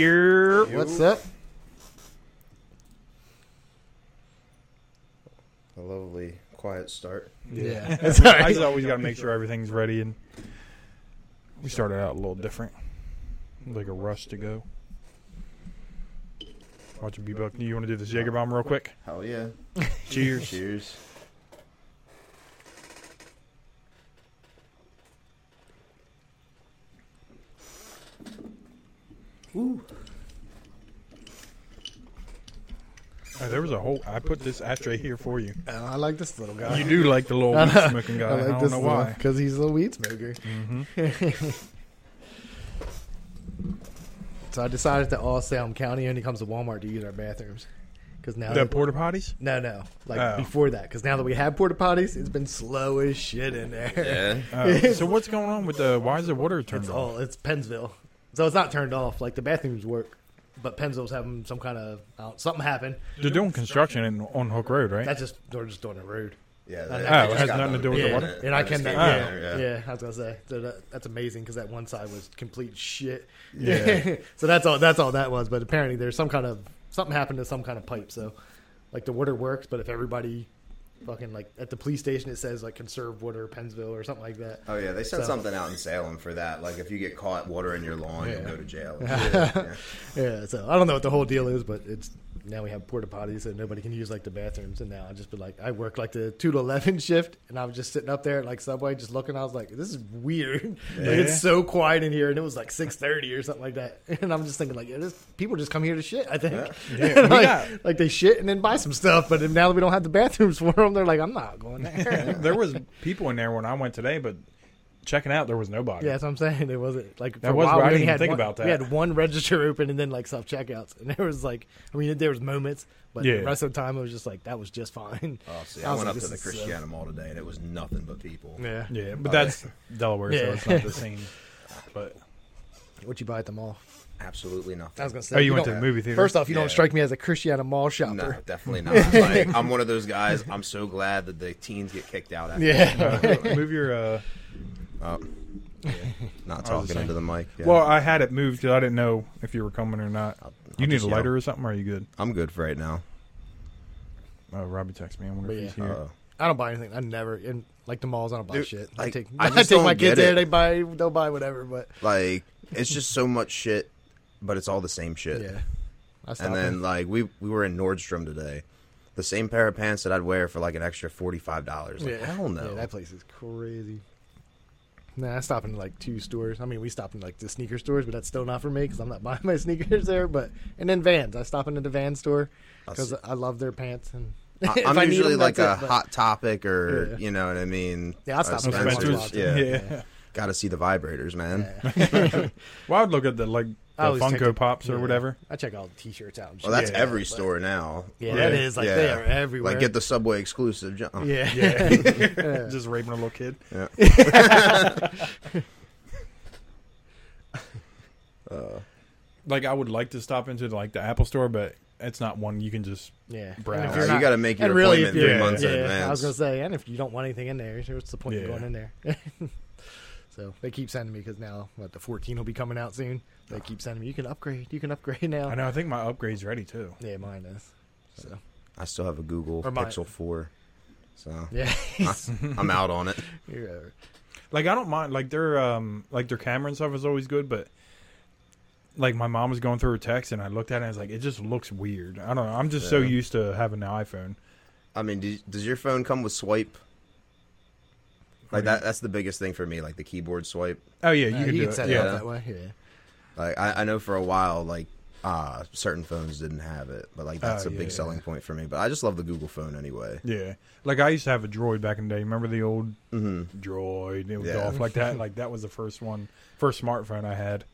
Year. What's up? A lovely quiet start. Yeah. It's all right. I just always got to make sure everything's ready, and we started out a little different, like a rush to go. Watch B Buck. You want to do this Jaeger bomb real quick? Hell yeah. Cheers. Cheers. Oh, there was a whole. I put this ashtray here for you. And I like this little guy. You do like the little I know. weed smoking guy. I, don't know why. because he's a weed smoker. hmm So I decided to all Salem County only comes to Walmart to use our bathrooms because now The porta potties. no no like Oh. before that because now that we have porta potties, it's been slow as shit in there. Yeah. Uh, so what's going on with the? Why is the water turned It's off? all it's Pennsville, so it's not turned off. Like the bathrooms work, but Pennsville's having some kind of I don't- something happened. They're doing construction in, on Hook Road, right? That's just they're just doing a road. Yeah. Oh, they- it they just has got nothing to done. do with the Yeah, water? and I They just can. came Yeah, down, yeah, I was gonna say so that, that's amazing because that one side was complete shit. Yeah. so that's all that's all that was. But apparently there's some kind of something happened to some kind of pipe. So like the water works, but if everybody fucking like at the police station it says like conserve water Pennsville or something like that. Oh yeah, they sent So- something out in Salem for that. Like if you get caught watering your lawn, Yeah. you'll go to jail. Yeah. So I don't know what the whole deal is, but it's now we have porta potties so nobody can use like the bathrooms. And now I just been like I work like the two to eleven shift, and I was just sitting up there at, like Subway just looking. I was like, this is weird. Yeah. Like, it's so quiet in here, and it was like six thirty or something like that. And I'm just thinking like, yeah, this, people just come here to shit. I think Yeah, we like, got- like they shit and then buy some stuff. But now that we don't have the bathrooms for them, they're like, I'm not going there. there was people in there when I went today, but checking out there was nobody. Yeah, that's what I'm saying. It wasn't like for That a was while, where I we only didn't had think one, about We that. had one register open and then like self checkouts, and there was like, I mean, there was moments, but Yeah. the rest of the time it was just like that was just fine. Oh, see, I, I went was like, up to this the is, uh, Christiana Mall today, and it was nothing but people. Yeah. Yeah, but that's Delaware, so Yeah. it's not the same. But What you buy at the mall? Absolutely nothing. I was gonna say. oh, you, went to don't- the movie theater First off, you Yeah. don't strike me as a Christiana mall No, shopper. definitely not. Like, I'm one of those guys. I'm so glad that the teens get kicked out. After Yeah. Move your. Uh, Oh. not I was talking into the mic. Yeah. Well, I had it moved because I didn't know if you were coming or not. I'll- I'll you need just a yell. lighter or something? Or are you good? I'm good for right now. Oh, Robbie texted me. I wonder But if he's yeah. here. Uh, I don't buy anything. I never in like the malls. I don't buy Dude, shit. I like, take I I, just take my don't get kids there. it. They buy they'll buy whatever, but like it's just so much shit, but it's all the same shit. yeah. I stop and then them. like we we were in Nordstrom today. The same pair of pants that I'd wear for like an extra forty five dollars. Like, Hell no. Yeah, that place is crazy. Nah, I stop in like two stores. I mean, we stop in like the sneaker stores, but that's still not for me because I'm not buying my sneakers there. But and then Vans, I stop into the Van store because see. I love their pants. And I, if I'm I need usually them, like a that's it, but- hot topic, or Yeah. you know what I mean. Yeah, I'll stop Oh, at Spencer's. Spencer's? Yeah, Yeah. got to see the vibrators, man. Well, I'd look at the like the I always check Funko it. Pops or Yeah. whatever. I check all the T-shirts out. And shit. Well, that's Yeah, every but- store now. Yeah, that Yeah. is like yeah. they are everywhere. Like get the Subway exclusive. jo- yeah, Just raping a little kid. Yeah. Uh, Like I would like to stop into like the Apple store, but it's not one you can just. yeah. And Browse. if Uh, you're you not- got to make your and really, if appointment you're, three yeah, months in I advance. was gonna say, and if you don't want anything in there, what's the point Yeah. of going in there? so they keep sending me because now what, the 14 will be coming out soon. They keep sending me, you can upgrade, you can upgrade now. I know. I think my upgrade's ready too. Yeah, mine is. So I still have a Google Or my- Pixel Four, so yeah, I'm out on it. You're, Like I don't mind. Like their um like their camera and stuff is always good, but like my mom was going through her text and I looked at it and I was like, it just looks weird. I don't know. I'm just so Yeah. used to having an iPhone. I mean, do, does your phone come with swipe? Like that, that's the biggest thing for me, like the keyboard swipe. Oh yeah, you uh, can do set it. it up Yeah. that way. Yeah, Like I, I know for a while, like uh certain phones didn't have it, but like that's Oh, a yeah, big yeah. selling point for me. But I just love the Google phone anyway. Yeah, like I used to have a Droid back in the day. Remember the old Mm-hmm. Droid? It was Yeah. off like that. Like that was the first one, first smartphone I had.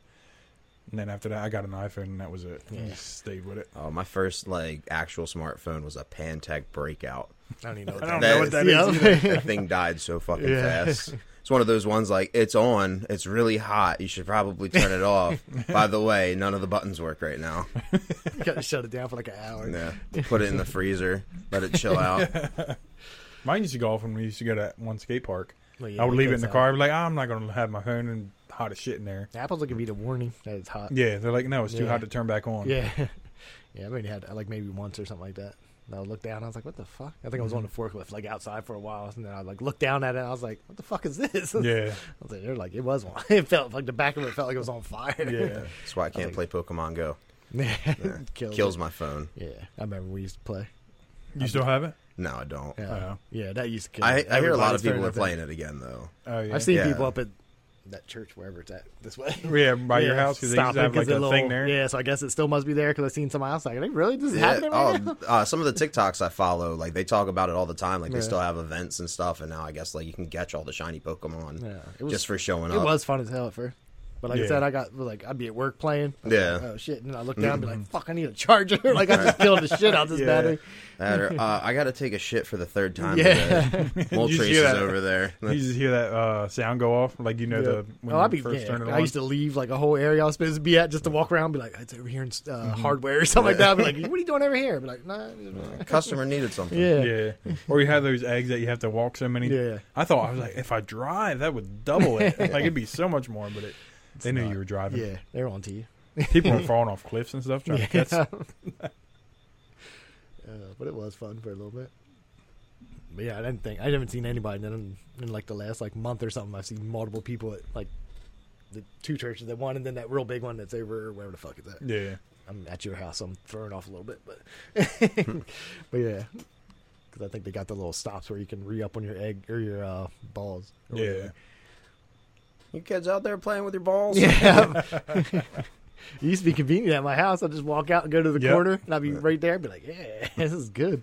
And then after that, I got an iPhone, and that was it. I Yeah. just stayed with it. Oh, my first like actual smartphone was a Pantech Breakout. I don't even know. I don't That know is- what that is. yeah. That thing died so fucking Yeah. fast. It's one of those ones like it's on, it's really hot. You should probably turn it off. By the way, none of the buttons work right now. Gotta shut it down for like an hour. Yeah, put it in the freezer, let it chill out. Mine used to go off when we used to go to that one skate park. Well, I would you leave it could in the sell "Ah, car. I'd be like, I'm not going to have my phone and hot as shit in there. Apple's will give you the warning that it's hot. Yeah, they're like, no, it's too Yeah. hot to turn back on. Yeah. Yeah, I mean, had like maybe once or something like that. And I looked down, I was like, what the fuck? I think I was Mm-hmm. on the forklift, like outside for a while. And then I like looked down at it, and I was like, what the fuck is this? yeah, I was like, they're like, it was one. It felt like the back of it felt like it was on fire. yeah. That's why I can't play Pokemon Go. Yeah. Yeah. Kills. Kills it. my phone. Yeah. I remember we used to play. You still have it? No, I don't. Yeah. Oh. Yeah, that used to kill. I, me. I hear a lot Everybody's of people turning are up playing it again though. Oh there. yeah. I've seen Yeah. people up at that church, wherever it's at, this way. Yeah, by your Yeah, house because they used stop to it have like 'cause a the thing little- there. Yeah, so I guess it still must be there because I seen someone else like, "Hey, really? This is happening right now?" oh, uh, some of the TikToks I follow, like they talk about it all the time. Like they Yeah. still have events and stuff, and now I guess like you can catch all the shiny Pokemon Yeah, it was just for showing it up. was fun as hell at first. But like I Uh, Yeah. said, I got like I'd be at work playing. I'd be Yeah. Like, oh shit! And I look down and be like, "Fuck! I need a charger!" like I just killed the shit out of this Yeah. battery. That or, uh, I got to take a shit for the third time. Yeah. today. Moltres hear is that. over there. You just hear that uh, sound go off, like you know the when oh, you I'd be. first yeah, turn it on. I used to leave like a whole area I was supposed to be at just to walk around, and be like, "It's over here in uh, Mm-hmm. hardware or something like that." I'd be like, "What are you doing over here?" I'd be like, "Nah." Uh, Customer needed something. Yeah. yeah. yeah, or you have those eggs that you have to walk so many. Yeah. I thought I was like, if I drive, that would double it. Like it'd be so much more. But it, they knew not- you were driving. they're on to you. people were falling off cliffs and stuff trying Yeah. to catch. Uh, but it was fun for a little bit. But yeah, I didn't think I haven't seen anybody. And then in, in like the last like month or something, I've seen multiple people at like the two churches, that one and then that real big one that's over wherever the fuck it's at. Yeah, I'm at your house. I'm thrown off a little bit, but but yeah, because I think they got the little stops where you can re up on your egg or your uh, balls. or yeah. whatever. You kids out there playing with your balls? yeah. it used to be convenient at my house. I'd just walk out and go to the Yep. corner, and I'd be right there. and Be like, yeah, this is good.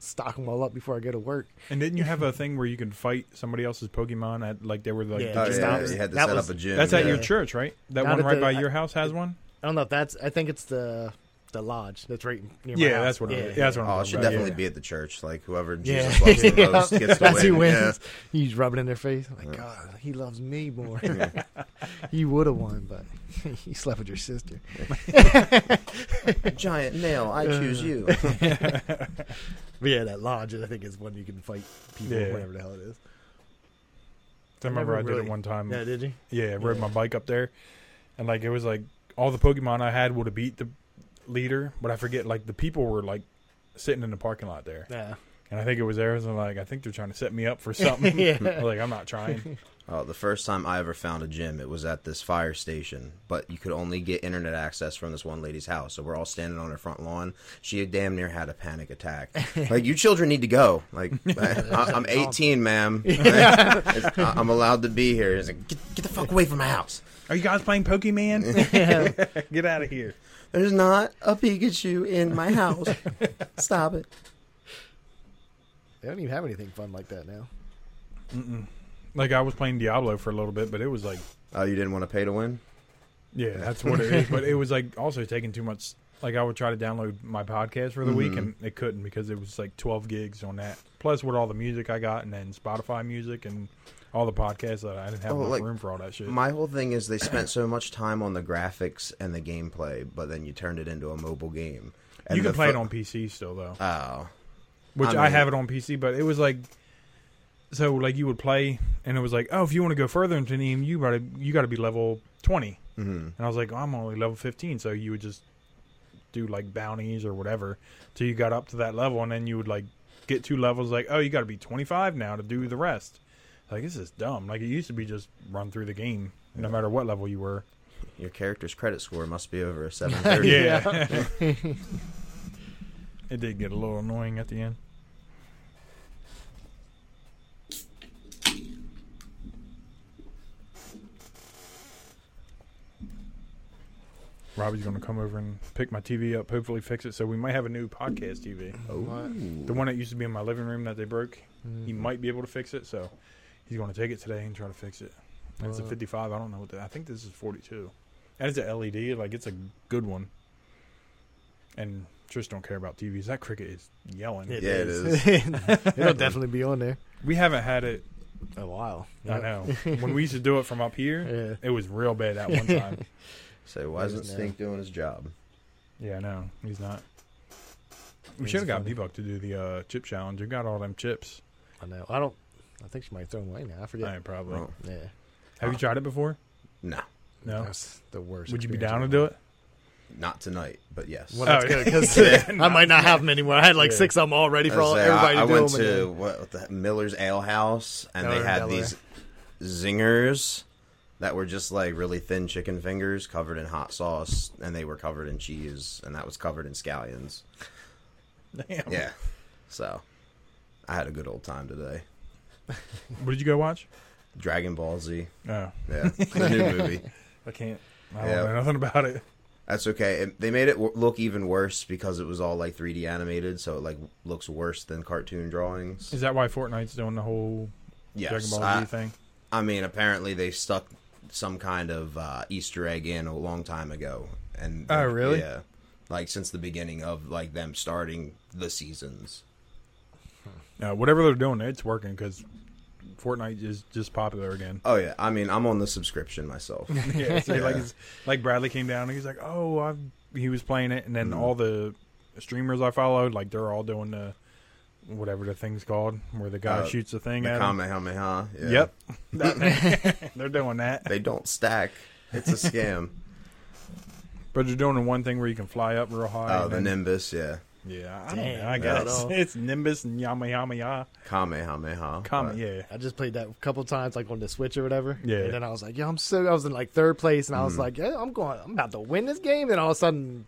Stock them all up before I go to work. And didn't you have a thing where you could fight somebody else's Pokemon at like they were like? Yeah. the Oh, gym? yeah, Just you had to that set was- up a gym. That's at yeah. your church, right? That Not one at right the- by your house has one. I don't know if that's. I think it's the the lodge that's right near. my Yeah, house. that's what. I'm, yeah, that's what. I'm Oh, it talking should about, definitely yeah. be at the church. Like whoever Yeah, Jesus loves the Yeah. most gets to that's win. who wins. Yeah. You just rub it in their face. Like God, he loves me more. he would have won, but he slept with your sister. Giant nail, I choose you. Uh, But yeah, that lodge I think is one you can fight people, Yeah. whatever the hell it is. I remember I Never did really- it one time. Yeah, did you? Yeah, I rode my bike up there, and like it was like all the Pokemon I had would have beat the leader, but I forget like the people were like sitting in the parking lot there, Yeah. and I think it was theirs. And like I think they're trying to set me up for something. Yeah. I was like I'm not trying. Oh, the first time I ever found a gym, it was at this fire station, but you could only get internet access from this one lady's house. So we're all standing on her front lawn. She had damn near had a panic attack. Like, you children need to go. Like, I, I'm 18, ma'am. Like, it's- I, am allowed to be here. It's like, get, get the fuck away from my house. Are you guys playing Pokemon? Yeah. Get out of here. There's not a Pikachu in my house. Stop it. They don't even have anything fun like that now. Like I was playing Diablo for a little bit, but it was like Oh, you didn't want to pay to win? yeah, that's what it is. But it was like also taking too much. Like I would try to download my podcast for the Mm-hmm. week, and it couldn't because it was like 12 gigs on that. Plus, with all the music I got, and then Spotify music, and all the podcasts that I didn't have Oh, enough like, room for all that shit. My whole thing is they spent so much time on the graphics and the gameplay, but then you turned it into a mobile game. And you can the play it fo- on PC still though, Oh. which I, mean- have it on PC. But it was like, so like you would play, and it was like, oh, if you want to go further into the game, you gotta you gotta be level twenty. Mm-hmm. And I was like, oh, I'm only level fifteen, so you would just do like bounties or whatever till you got up to that level, and then you would like get two levels. Like, oh, you gotta be twenty five now to do the rest. Like this is dumb. Like it used to be just run through the game, no matter what level you were. Your character's credit score must be over a 730. Yeah. it did get a little annoying at the end. Robbie's going to come over and pick my TV up, hopefully fix it. So we might have a new podcast TV. Oh. The one that used to be in my living room that they broke, he Mm-hmm. might be able to fix it. So he's going to take it today and try to fix it. And it's a Wow. 55. I don't know what that. I think this is 42. That is a LED. Like it's a good one. And Trish don't care about TVs. That cricket is yelling. Yeah, it It'll definitely be on there. We haven't had it. A while. I know. when we used to do it from up here, Yeah. it was real bad at one time. So why isn't Stink doing his job? yeah, no, he's not. We It's should have got funny. Bebop to do the uh, chip challenge. You got all them chips. I know. I don't. I think she might throw them away now. I forget. I probably. Well, Yeah. Have you tried it before? No, No. That's the worst. Would you be experience down to I've do had. it? not tonight, but yes. Well, Oh, that's good because I might not have them anymore. I had like six of them all Oh, ready for all, I, was like, everybody Uh, I- I to do went them. and to what, what the Miller's Ale House, and Miller they in had Delaware. these zingers that were just like really thin chicken fingers covered in hot sauce, and they were covered in cheese, and that was covered in scallions. Damn. Yeah, so I had a good old time today. What did you go watch? Dragon Ball Z, Oh, yeah, the new movie. I can't. I Yeah. don't know nothing about it. That's okay. It, they made it w- look even worse because it was all like 3D animated, so it like looks worse than cartoon drawings. Is that why Fortnite's doing the whole Yes, Dragon Ball Z I- thing? I mean, apparently they stuck some kind of uh, Easter egg in a long time ago, and Oh, really? Yeah, like since the beginning of like them starting the seasons. No, whatever they're doing, it's working because Fortnite is just popular again. Oh yeah, I mean, I'm on the subscription myself. yeah, so Yeah. like it's, like Bradley came down and he's like, "Oh, I've," he was playing it, and then Mm-hmm. all the streamers I followed, like they're all doing the whatever the thing's called, where the guy Uh, shoots the thing the at him. Kamehameha. Yeah. Yep, That- they're doing that, They don't stack. It's a scam. but they're doing the one thing where you can fly up real high. Oh, and the then- Nimbus. Yeah. yeah, I don't Damn, know. I not at guess all. it's Nimbus and Yama Yama Ya. Kamehameha. Come, But- yeah, I just played that a couple times, like on the Switch or whatever. Yeah. Mm-hmm. And then I was like, "Yo, I'm so." I was in like third place, and I was like, "Yeah, I'm going. I'm about to win this game." Then all of a sudden,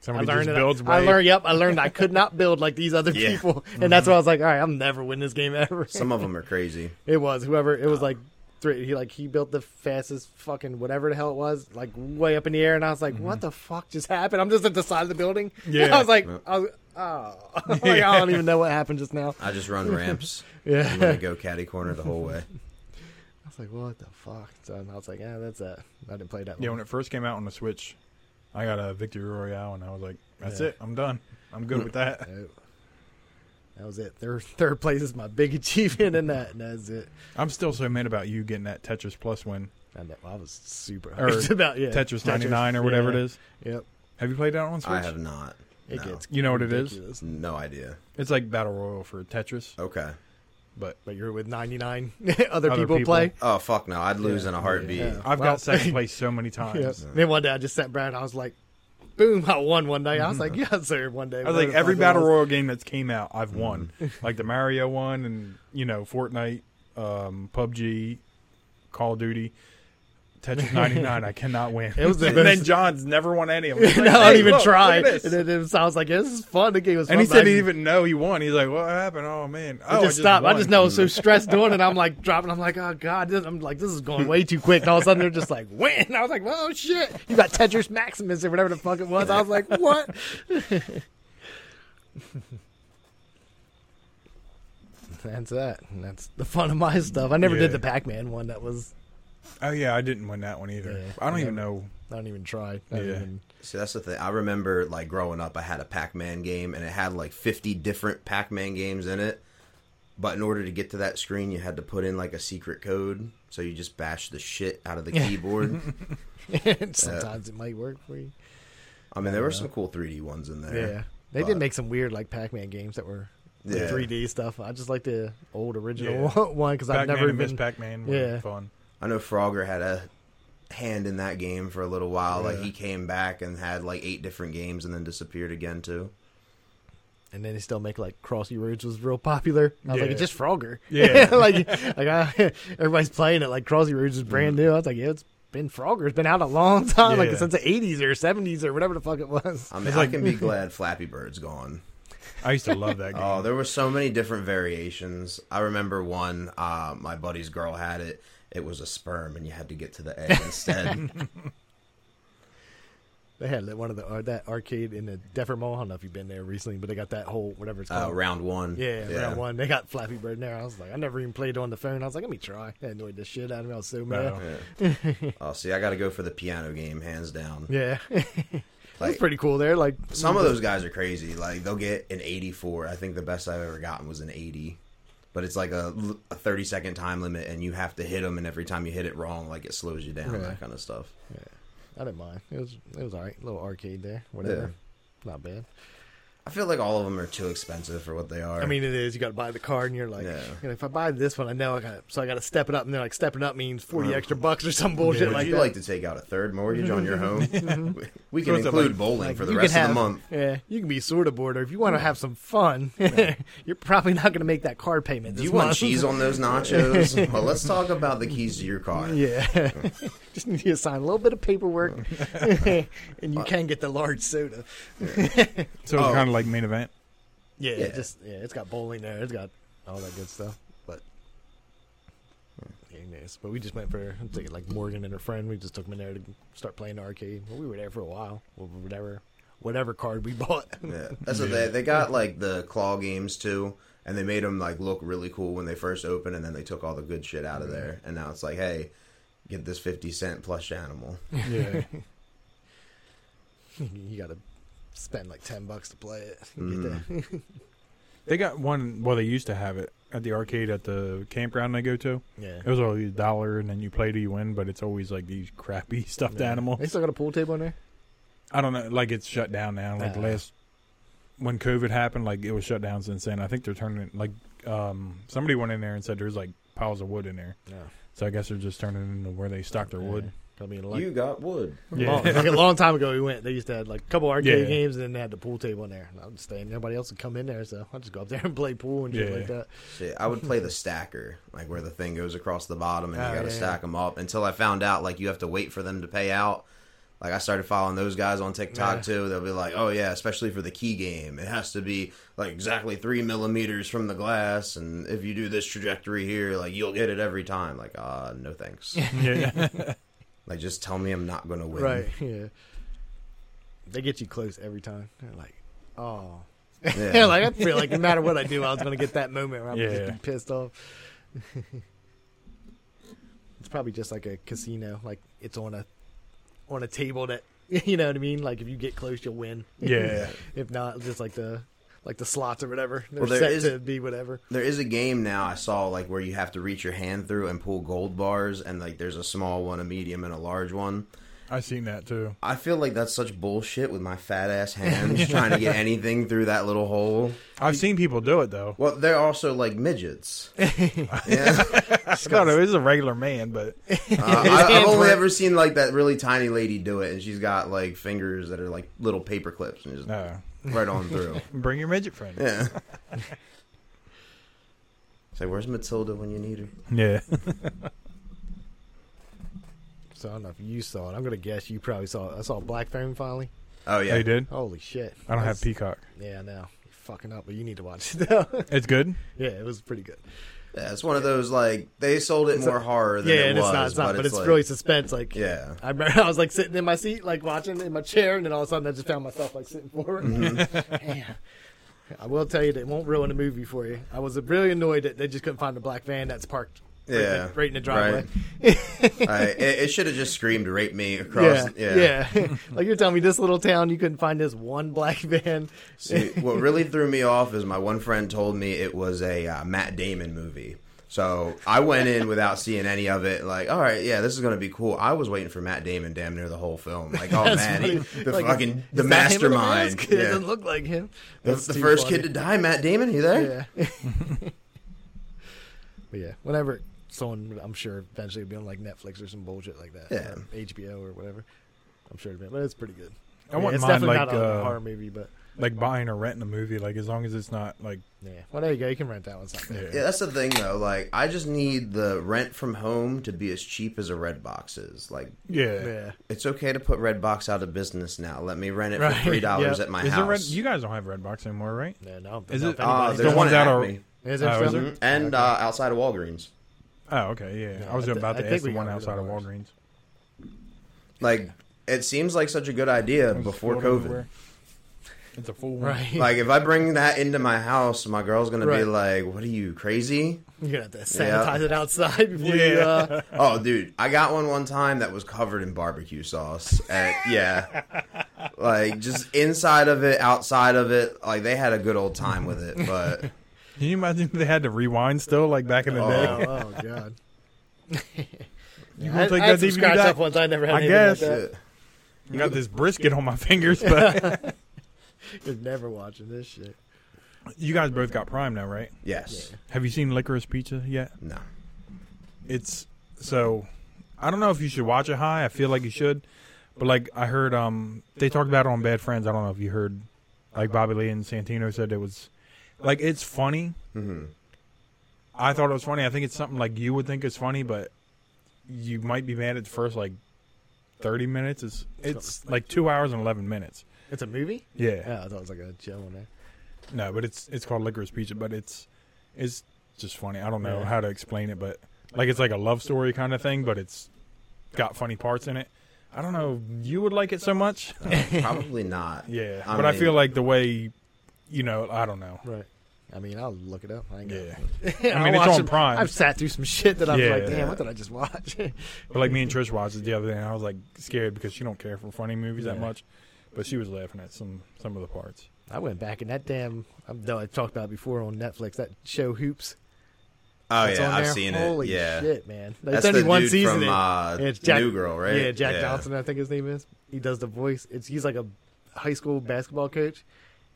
somebody I learned. just that builds. I, I way- learned. Yep, I learned I could not build like these other Yeah. people, Mm-hmm. and that's why I was like, "All right, I'm never win this game ever." Some of them are crazy. It was whoever. It was like three. He like he built the fastest fucking whatever the hell it was, like way up in the air, and I was like, "What the fuck just happened?" I'm just at the side of the building. Mm-hmm. Yeah. I was like, I was, oh, Like, I don't even know what happened just now. I just run ramps. Yeah. You want to go catty corner the whole way. I was like, "What the fuck?" So and I was like, "Yeah, that's it." I didn't play that. Yeah, one. when it first came out on the Switch, I got a Victory Royale, and I was like, "That's Yeah. it. I'm done. I'm good with that." No. That was it. Third, third place is my big achievement in that, and that's it. I'm still so mad about you getting that Tetris Plus win, And that, I was super Or hyped about yeah, Tetris 99 or whatever yeah. it is. Yep, Have you played that on Switch? I have not. it no. gets. You know what it is? ridiculous. No idea. It's like Battle Royale for Tetris, Okay. but But you're with 99 other, Other people, people. play. Oh fuck no! I'd lose in a heartbeat. Yeah. I've Well- got second place so many times. Yep. Then one day I just sat Brad and I was like, boom, I won one day. I was like, yes, sir, one day. I was like, every battle royale game that's came out, I've won. Mm-hmm. like the Mario one, and you know Fortnite, um, PUBG, Call of Duty, Tetris 99. I cannot win. It was the and best- then John's never won any of them. He's no, like, I "Hey, don't even look, try. look at And this." then it was- I was like, this is fun. The game was fun. And he but said I he just- didn't even know he won. He's like, "What happened? Oh man! I Oh, just stopped. I won." just know I was so stressed doing it. I'm like dropping. I'm like, oh god, this, I'm like, this is going way too quick. And all of a sudden, they're just like, win. I was like, oh shit, you got Tetris Maximus or whatever the fuck it was. I was like, what? That's that. And that's the fun of my stuff. I never Yeah. did the Pac-Man one. That was Oh yeah, I didn't win that one either. Yeah. I don't even know. I don't even try. I don't Yeah. even- See, that's the thing. I remember, like, growing up, I had a Pac Man game, and it had, like, 50 different Pac Man games in it. But in order to get to that screen, you had to put in, like, a secret code. So you just bashed the shit out of the keyboard. and sometimes it might work for you. I mean, there were some cool 3D ones in there. Yeah, they did But- make some weird like Pac-Man games that were the Yeah. 3D stuff. I just like the old original Yeah. one because I've Pac-Man never and Miss been. Pac-Man. Were Yeah. fun. I know Frogger had a hand in that game for a little while. Like, he came back and had, like, eight different games and then disappeared again, too. and then they still make like Crossy Roads was real popular. I was like, Yeah. it's just Frogger. Yeah. like like I, everybody's playing it like Crossy Roads is brand new. I was like, yeah, it's been Frogger. It's been out a long time, Yeah. like since the '80s or '70s or whatever the fuck it was. I mean, I can be glad Flappy Bird's gone. I used to love that game. Oh, there were so many different variations. I remember one. Uh, my buddy's girl had it. It was a sperm, and you had to get to the egg instead. They had one of the or that arcade in the Denver Mall. I don't know if you've been there recently, but they got that whole whatever it's uh, called. round one. yeah, round one. They got Flappy Bird in there. I was like, I never even played on the phone. I was like, let me try. That annoyed the shit out of me. I was so mad. No. Yeah. oh, see, I got to go for the piano game, hands down. Yeah, it was Like, pretty cool there. Like some of those guys are crazy. Like they'll get an 84. I think the best I've ever gotten was an 80. But it's like a, l- a 30 second time limit, and you have to hit them, and every time you hit it wrong, like it slows you down, Yeah. that kind of stuff. I didn't mind. It was it was all right. Little arcade there, whatever. Not bad. I feel like all of them are too expensive for what they are. I mean, it is. You got to buy the car, and you're like, Yeah. you know, if I buy this one, I know I got so I got to step it up, and they're like, stepping up means forty extra bucks or some bullshit would like you that. like to take out a third mortgage on your home? We- We can Throw some, include like- bowling Mm-hmm. Like, for the you rest can of the have- month. Yeah, you can be sort of bored, or if you want to have some fun, you're probably not going to make that car Do payment. this you want month. cheese on those nachos? well, let's talk about the keys to your car. Yeah, just need you to sign a little bit of paperwork, and Uh, you can get the large soda. So it's Oh. kind of like main event. Yeah, Yeah. just yeah, it's got bowling there. It's got all that good stuff. But yeah, nice. But we just went for I'm thinking, like Morgan and her friend. We just took them in there to start playing the arcade. Well, we were there for a while. Well, Whatever, whatever card we bought. Yeah. That's what they they got like the claw games too, and they made them like look really cool when they first opened, and then they took all the good shit out of Mm-hmm. there, and now it's like, hey, get this fifty cent plush animal. Yeah. you got to spend like ten bucks to play it. Get the- They got one. Well, they used to have it at the arcade at the campground I go to. yeah. It was always a dollar, and then you play to you win. But it's always like these crappy stuffed Yeah. animals. They still got a pool table in there. I don't know. Like it's shut down now. Like Ah. last when COVID happened, like it was shut down since then. I think they're turning like um somebody went in there and said there's like piles of wood in there. No, So I guess they're just turning it into where they stock their wood. I mean, like, you got wood. Yeah. Long, like a long time ago, we went. They used to have like a couple arcade Yeah. games, and then they had the pool table in there. And I would stay, and nobody else would come in there, so I just go up there and play pool and shit Yeah. like that. Shit, I would play the stacker, like where the thing goes across the bottom and you Oh, got to 'em yeah, stack them up. Until I found out, like you have to wait for them to pay out. Like I started following those guys on TikTok Yeah. too. They'll be like, "Oh yeah, especially for the key game, it has to be like exactly three millimeters from the glass, and if you do this trajectory here, like you'll get it every time." Like, ah, no thanks. Yeah. like, just tell me I'm not going to win. Right? Yeah. They get you close every time. They're like, oh, Yeah. yeah. like I feel like no matter what I do, I was gonna get that moment where I'm gonna Yeah. just be pissed off. it's probably just like a casino. Like it's on a on a table that you know what I mean. Like if you get close, you'll win. yeah. If not, just like the like the slots or whatever. They're Well, there set is- to be whatever. There is a game now I saw like where you have to reach your hand through and pull gold bars, and like there's a small one, a medium, and a large one. I seen that too. I feel like that's such bullshit with my fat ass hands trying to get anything through that little hole. I've seen people do it though. Well, they're also like midgets. Yeah. No, no, he's a regular man, but Uh, I, I've only ever seen like that really tiny lady do it, and she's got like fingers that are like little paper clips and just no. right on through. Bring your midget friend. Yeah. Say, where's Matilda when you need her? Yeah. So I don't know if you saw it. I'm gonna guess you probably saw it. I saw Black Phone finally. Oh yeah. yeah, You did? Holy shit! I don't have That's- Peacock. Yeah, I know. You're fucking up, but you need to watch it though. It's good. yeah, it was pretty good. yeah. It's one of those like they sold it more horror than yeah, it and was, it's not, it's not, but, it's like, really suspense. Like, yeah. I remember I was like sitting in my seat, like watching in my chair, and then all of a sudden I just found myself like sitting forward. Mm-hmm. Man. I will tell you that it won't ruin the movie for you. I was really annoyed that they just couldn't find the black van that's parked. right in the- Yeah, right, in the driveway. I, it, it should have just screamed "rape me" across. yeah, yeah. like you're telling me, this little town, you couldn't find this one black van. See, what really threw me off is my one friend told me it was a uh, Matt Damon movie. So I went in without seeing any of it. Like, all right, yeah, this is gonna be cool. I was waiting for Matt Damon damn near the whole film. Like, oh That's man, really- he- the like, fucking the is that him in the mastermind, mask? It yeah. doesn't look like him. the, That's the too first funny. kid to die. Matt Damon, you there? Yeah. but yeah, whenever someone, I'm sure eventually it'll be on like Netflix or some bullshit like that. Yeah. or HBO or whatever. I'm sure it'll be, but it's pretty good. I wouldn't it's mind, definitely like, not a uh, horror movie, but Like buying or renting a movie, like as long as it's not like yeah. Well, there you go. You can rent that one. Something. Yeah, that's the thing though. Like, I just need the rent from home to be as cheap as a Redbox is. Like, Yeah. Yeah. it's okay to put Redbox out of business now. Let me rent it Right, for three dollars yeah. at my Is house. there red you guys don't have Redbox anymore, right? No, no. Is no, it- if Ah, there's anybody's The done- one one that at are- Acme. Is there Oh, is still? there? and uh, outside of Walgreens. Oh, okay, yeah. Yeah, I was I th- about I to think ask the we got one rid of outside of ours. Walgreens. Like it seems like such a good idea It's before filled COVID. everywhere. It's a full one. Right. Like if I bring that into my house, my girl's gonna be like, "What are you crazy?" You're gonna have to Yeah. sanitize it outside before you. Yeah. Uh, oh, dude, I got one one time that was covered in barbecue sauce. And, yeah, like just inside of it, outside of it. Like they had a good old time with it, but Can you imagine if they had to rewind still, like back in the Oh. day? oh, oh god. You I, gonna take I had that some DVD scratch back? up once. I never had. I anything like guess. that. uh, I got this brisket on my fingers, but You're never watching this shit. You guys both got Prime now, right? Yes. Have you seen Licorice Pizza yet? No. It's so I don't know if you should watch it high. I feel like you should, but like I heard, um, they talked about it on Bad Friends. I don't know if you heard, like Bobby Lee and Santino said it was, like it's funny. Mm-hmm. I thought it was funny. I think it's something like you would think is funny, but you might be mad at the first like thirty minutes. It's it's like two hours and eleven minutes. It's a movie? Yeah, Yeah, I thought it was like a chill one eh? there. no, but it's it's called Licorice Pizza, but it's it's just funny. I don't know Yeah. how to explain it, but like it's like a love story kind of thing, but it's got funny parts in it. I don't know. You would like it so much, Probably not. yeah. I but I mean- feel like the way, you know, I don't know. Right. I mean, I'll look it up. I ain't Yeah, yeah. I mean, it's on Prime. I've sat through some shit that I'm Yeah. like, damn, what did I just watch? But like me and Trish watched it the other day, and I was like scared because she don't care for funny movies that Yeah. much. But she was laughing at some some of the parts. I went back and that damn, I know I talked about it before on Netflix, that show Hoops. Oh that's yeah, on I've there. seen Holy it. Yeah. shit, man. Like, That's it's only the one dude season. from in- uh, Yeah, it's Jack- New Girl, right? Yeah, Jack Johnson, I think his name is. He does the voice. It's he's like a high school basketball coach,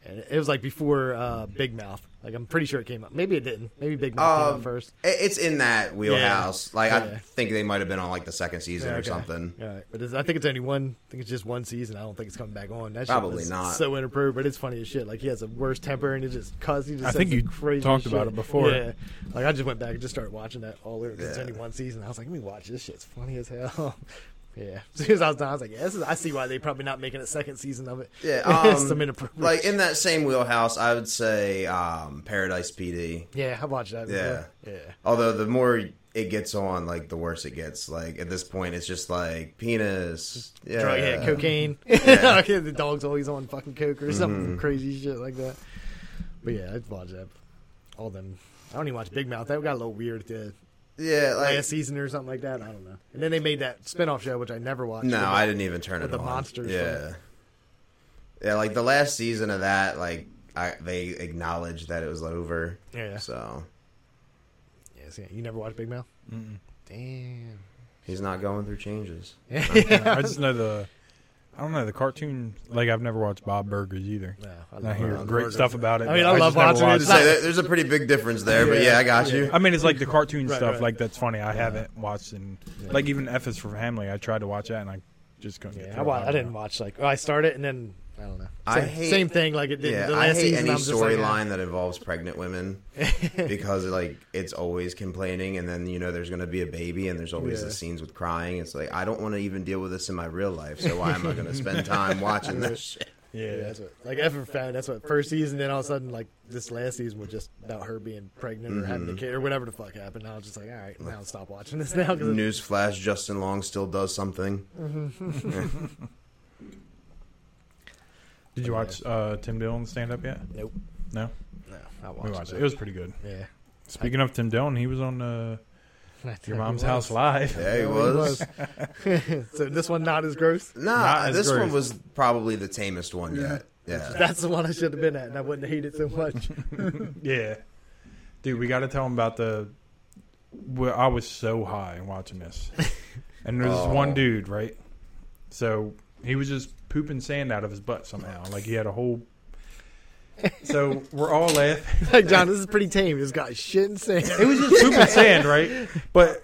and it was like before uh, Big Mouth. Like I'm pretty sure it came up. Maybe it didn't. Maybe Big Mouth came Um, out first. It- It's in that wheelhouse. Like I Yeah. think they might have been on like the second season Yeah, or okay. something. All right, but it's, I think it's only one. I think it's just one season. I don't think it's coming back on. That shit Probably was not. So inappropriate, but it's funny as shit. Like he has the worst temper, and it just cause he just. I says think the you craziest talked about shit. it before. Yeah, like I just went back and just started watching that all over because it's Yeah. only one season. I was like, let me watch this shit. It's funny as hell. yeah, as soon as I was done, I was like, yeah, this is. I see why they probably not making a second season of it. Yeah, It's um, some inappropriate. Like shit. in that same wheelhouse, I would say um, Paradise PD. yeah, I watched that. Yeah. before. yeah. Although the more it gets on, like the worse it gets. Like at this point, it's just like penis, yeah, drug, yeah, cocaine. Okay, the dog's always on fucking coke Mm-hmm. or something crazy shit like that. But yeah, I'd watch that. All them. I don't even watch Big Mouth. That got a little weird at the yeah. Like last season or something like that. I don't know. And then they made that spinoff show, which I never watched. no, But I didn't even turn it the on. monsters yeah, yeah. Like the last season of that, like I, they acknowledged that it was over. Yeah. So Yeah, see, you never watched Big Mouth? Mm-mm. Damn. he's not going through changes. I just know the, I don't know the cartoon. Like I've never watched Bob Burgers either. No, I And I hear love great Burgers. stuff about it. I mean, but I love just never watching it. watched It's So there- there's a pretty big difference there, but yeah, I got you. I mean, it's like the cartoon Right, stuff right. like that's funny. I haven't watched and like even F is for Family. I tried to watch that and I just couldn't. get Yeah, I, through it. wa- I don't didn't know. watch like well, I started and then I don't know. I Same, hate- same thing. Like it didn't. Yeah, the I last hate season, any I'm just like, eh. storyline that involves pregnant women because like it's always complaining, and then you know there's going to be a baby, and there's always Yeah. the scenes with crying. It's like I don't want to even deal with this in my real life, so why am I going to spend time watching this shit? Yeah, Yeah, that's what. Like ever found that's what first season. Then all of a sudden, like this last season was just about her being pregnant Mm-hmm. or having a kid or whatever the fuck happened. And I was just like, all right, now stop watching this now. Cause it's- Newsflash: Justin Long still does something. Did you watch uh, Tim Dillon stand up yet? nope, No, no, I we watched, watched it. it. It was pretty good. Yeah, Speaking of Tim Dillon, he was on uh, That's Your how he Mom's was. House Live. Yeah, he Yeah, he was. so this one not as gross. Nah, Not as this gross. one was probably the tamest one yet. Yeah, That's the one I should have been at, and I wouldn't hate it so much. Yeah, dude, we got to tell him about the. Well, I was so high watching this, and there's this Oh. one dude, right? So he was just pooping sand out of his butt somehow. Like he had a whole. So we're all laughing. like John, this is pretty tame. This guy shit and sand. It was just pooping sand, right? But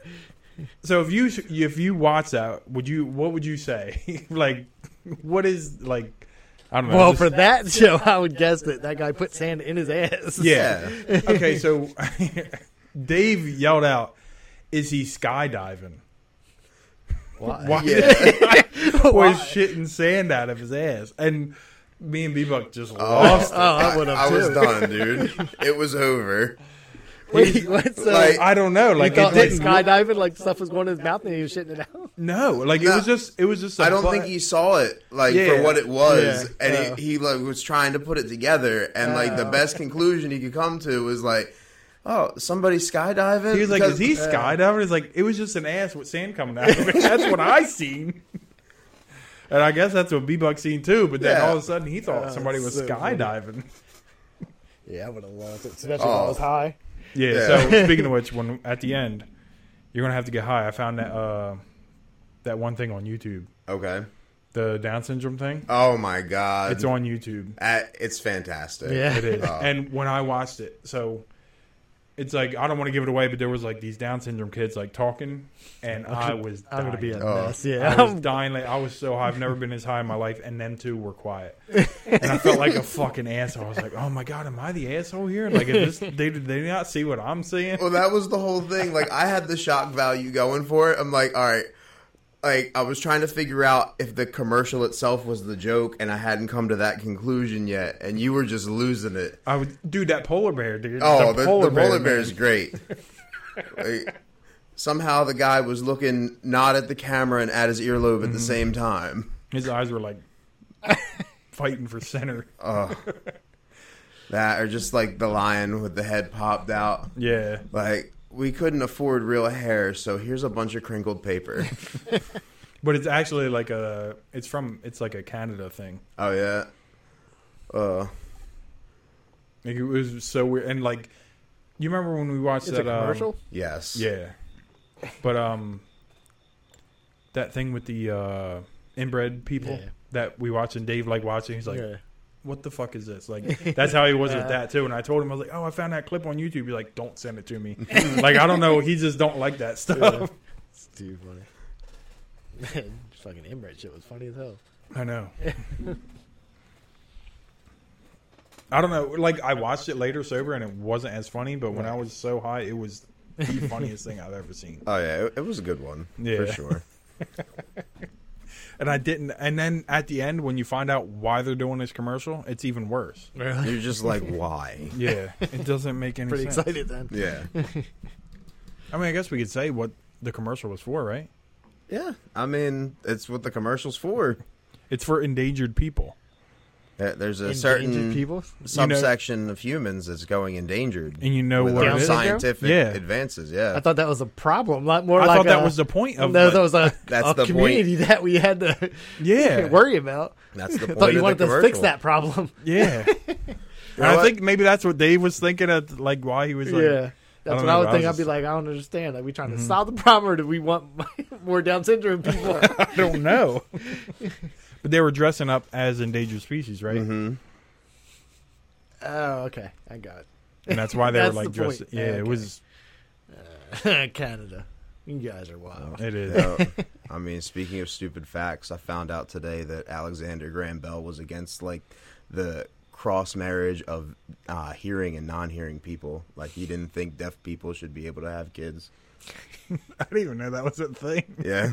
so if you if you watch that, would you what would you say? like, what is like? I don't know. Well, just- for that show, I would guess that that guy put sand in his ass. Yeah. Yeah. okay, so Dave yelled out, "Is he skydiving?" Why? Why Why? was shitting sand out of his ass? And me and B Buck just Oh, lost. it. I I, would've I was too. done, dude. It was over. Wait, what? So Like, I don't know. you Like it thought uh, like didn't. skydiving, like stuff was going in his mouth and he was shitting it out. no, like it No. was just. It was just. I I don't think he saw it like Yeah. for what it was, Yeah. and Yeah. he, he like was trying to put it together, and like the Oh. best conclusion he could come to was like, "Oh, somebody skydiving." He was like, "Is Because- uh, he skydiving?" It's like it was just an ass with sand coming out of it. That's what I seen. And I guess that's what B Buck seen too. But then Yeah. all of a sudden, he thought Oh, somebody was so funny. skydiving. Yeah, I would have loved it, especially when I Oh. was high. Yeah. Yeah. So speaking of which, when at the end, you're gonna have to get high. I found that uh, that one thing on YouTube. Okay, the Down syndrome thing. Oh my god, It's on YouTube. Uh, it's fantastic. Yeah. It is. Oh. And when I watched it, so it's like I don't want to give it away, but there was like these Down syndrome kids like talking, and I was I'm dying. gonna be a Oh. mess. I was Yeah, dying. Like, I was so high. I've never been as high in my life, and them two were quiet. And I felt like a fucking asshole. I was like, "Oh my god, am I the asshole here? Like, is this, they did they not see what I'm seeing?" Well, that was the whole thing. Like, I had the shock value going for it. I'm like, all right. Like, I was trying to figure out if the commercial itself was the joke, and I hadn't come to that conclusion yet. And you were just losing it. I would, dude, that polar bear, dude. Oh, the, the polar, man. bear is great. like, somehow the guy was looking not at the camera and at his earlobe at the same time. His eyes were like fighting for center. That, or just like the lion with the head popped out. Yeah, Like, we couldn't afford real hair, so here's a bunch of crinkled paper. but it's actually like a. It's from. It's like a Canada thing. oh, yeah. Uh, Like it was so weird. And like, you remember when we watched it's a that um, commercial. yes. Yeah, but um, that thing with the uh inbred people Yeah. that we watched, and Dave like watching. He's like, yeah. "What the fuck is this?" Like that's how he was with that too. And I told him, I was like, "Oh, I found that clip on YouTube." He's like, "Don't send it to me." like I don't know. He just don't like that Yeah. stuff. It's too funny. Man, fucking inbred shit was funny as hell. I know. I don't know. Like I watched it later sober, and it wasn't as funny. But when I was so high, it was the funniest thing I've ever seen. Oh yeah, it, it was a good one Yeah. for sure. And I didn't. And then at the end, when you find out why they're doing this commercial, it's even worse. Really? You're just like, why? Yeah, it doesn't make any Pretty sense. excited then. Yeah, I mean, I guess we could say what the commercial was for, right? yeah. I mean, it's what the commercials for. It's for endangered people. There- There's a Endangered certain people. subsection of humans that's going endangered, And you know with what our it is? scientific Yeah. advances. Yeah, I thought that was a problem. Like more I like thought that a- was the point of. the No, that was a, That's a the point. community that we had to Yeah. worry about. that's the I point. thought you of wanted the to commercial. fix that problem. yeah. You and know I what? think maybe that's what Dave was thinking of, like why he was like. yeah. I don't That's what know, I would I was Mm-hmm. think. I'd just- be like, I don't understand. Like, we trying to solve the problem, or do we want more Down syndrome people? I don't know. but they were dressing up as endangered species, right? Mm-hmm. hmm oh, okay, I got And that's why they were That's like the point. dressed. Yeah, it Okay. was. it. Canada, you guys are Oh. wild. It is. Yeah. I mean, speaking of stupid facts, I found out today that Alexander Graham Bell was against like the cross marriage of uh, hearing and non-hearing people. Like he didn't think deaf people should be able to have kids. I didn't even know that was a thing. Yeah.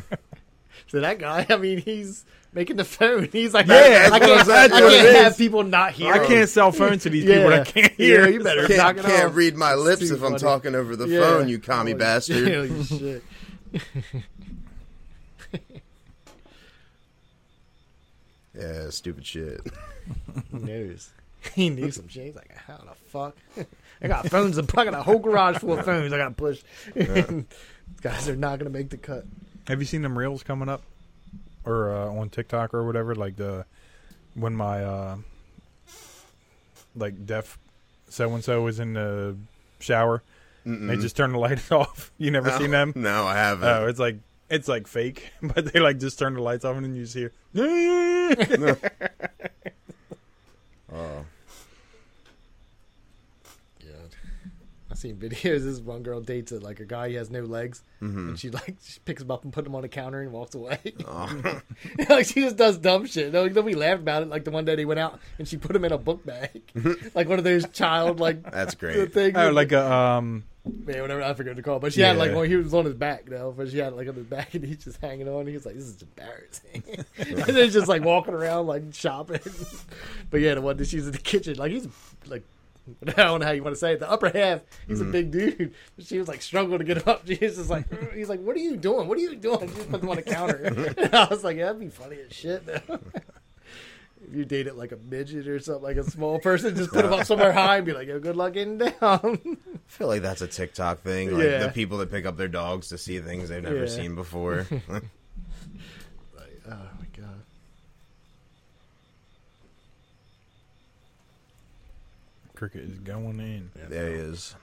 So that guy, I mean, he's making the phone. He's like, Yeah, I, that's I can't, what- that's I what can't it have is. people not hear. I can't sell phones to these people that can't hear. Yeah, you better knock can't, it can't off. read my lips too if I'm funny. talking over the Yeah. phone, you commie Holy bastard. shit, holy shit. Yeah, stupid shit. He knows. He knew some shit. He's like, how the fuck? I got phones. I got a whole garage full of phones. I got to push. Guys are not gonna make the cut. Have you seen them reels coming up, or uh, on TikTok or whatever? Like the when my uh, like deaf so and so is in the shower, they just turn the lights off. You never No. seen them? No, I haven't. Oh, it's like it's like fake, but they like just turn the lights off and then you just hear. Oh. Yeah. I seen videos. This one girl dates a, like a guy. He has no legs, Hmm. Mm-hmm. and she like she picks him up and put him on the counter and walks away. Oh. like she just does dumb shit. Like, then we laughed about it. Like the one day they went out and she put him in a book bag, like one of those child like That's great. things. Oh, like a um. man, whatever. I forget what to call. it. But she had like Yeah. one. He was on his back though, but she had like on his back, and he's just hanging on. He was like, "This is embarrassing," and then just like walking around like shopping. but yeah, the one that she's in the kitchen, like he's like. I don't know how you want to say it. The upper half, he's a big dude. She was like struggling to get him up. She was just like, "Ugh." he's like, "What are you doing? What are you doing?" She just put them on the counter. And I was like, yeah, "That'd be funny as shit." Though. if you dated like a midget or something, like a small person, just put him up somewhere high and be like, "Yo, good luck getting down." I feel like that's a TikTok thing. Like Yeah. the people that pick up their dogs to see things they've never Yeah. seen before. Like, oh my god. Cricket is going in. there he is.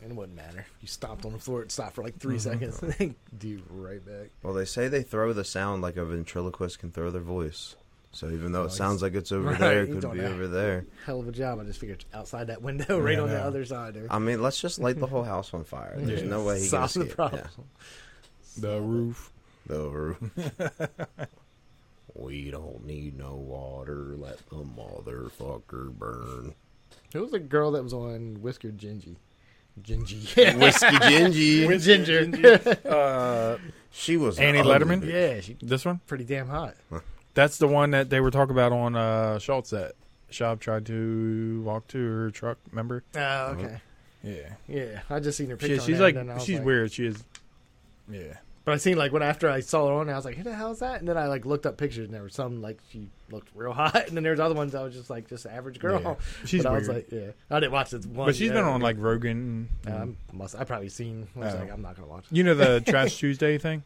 And it wouldn't matter. You stomped on the floor. It stopped for like 3 Mm-hmm. seconds. And then do right back. Well, they say they throw the sound like a ventriloquist can throw their voice. So even though it Nice. sounds like it's over Right, there, it you could don't be know. over there. Hell of a job. I just figured outside that window, right Yeah, on I the know. other side there. I mean, let's just light the whole house on fire. There's Yeah. no way he can Solve the escape. problem. Yeah, The roof. the over. we don't need no water. Let the motherfucker burn. Who was the girl that was on Whisker Gingy? Gingy. Whiskey Gingy. Ginger. Uh, She was Annie ugly, Letterman? bitch. yeah, she's this one. pretty damn hot. That's the one that they were talking about on uh, Schultz. That Shab tried to walk to her truck. Remember? Oh, okay. Mm-hmm. Yeah. Yeah, I just seen her picture. She, on she's there, like and then I was she's like- weird. She is. Yeah. But I seen like when after I saw her on, there, I was like, "Who the hell is that?" And then I like looked up pictures, and there were some like she looked real hot, and then there's other ones I was just like, just average girl. Yeah. She's but I weird. was like, yeah, I didn't watch this one. but she's yeah. been on like Rogan. Yeah, and- I'm- must. I probably seen. I was Oh. like, I'm not gonna watch. it. you know the Trash Tuesday thing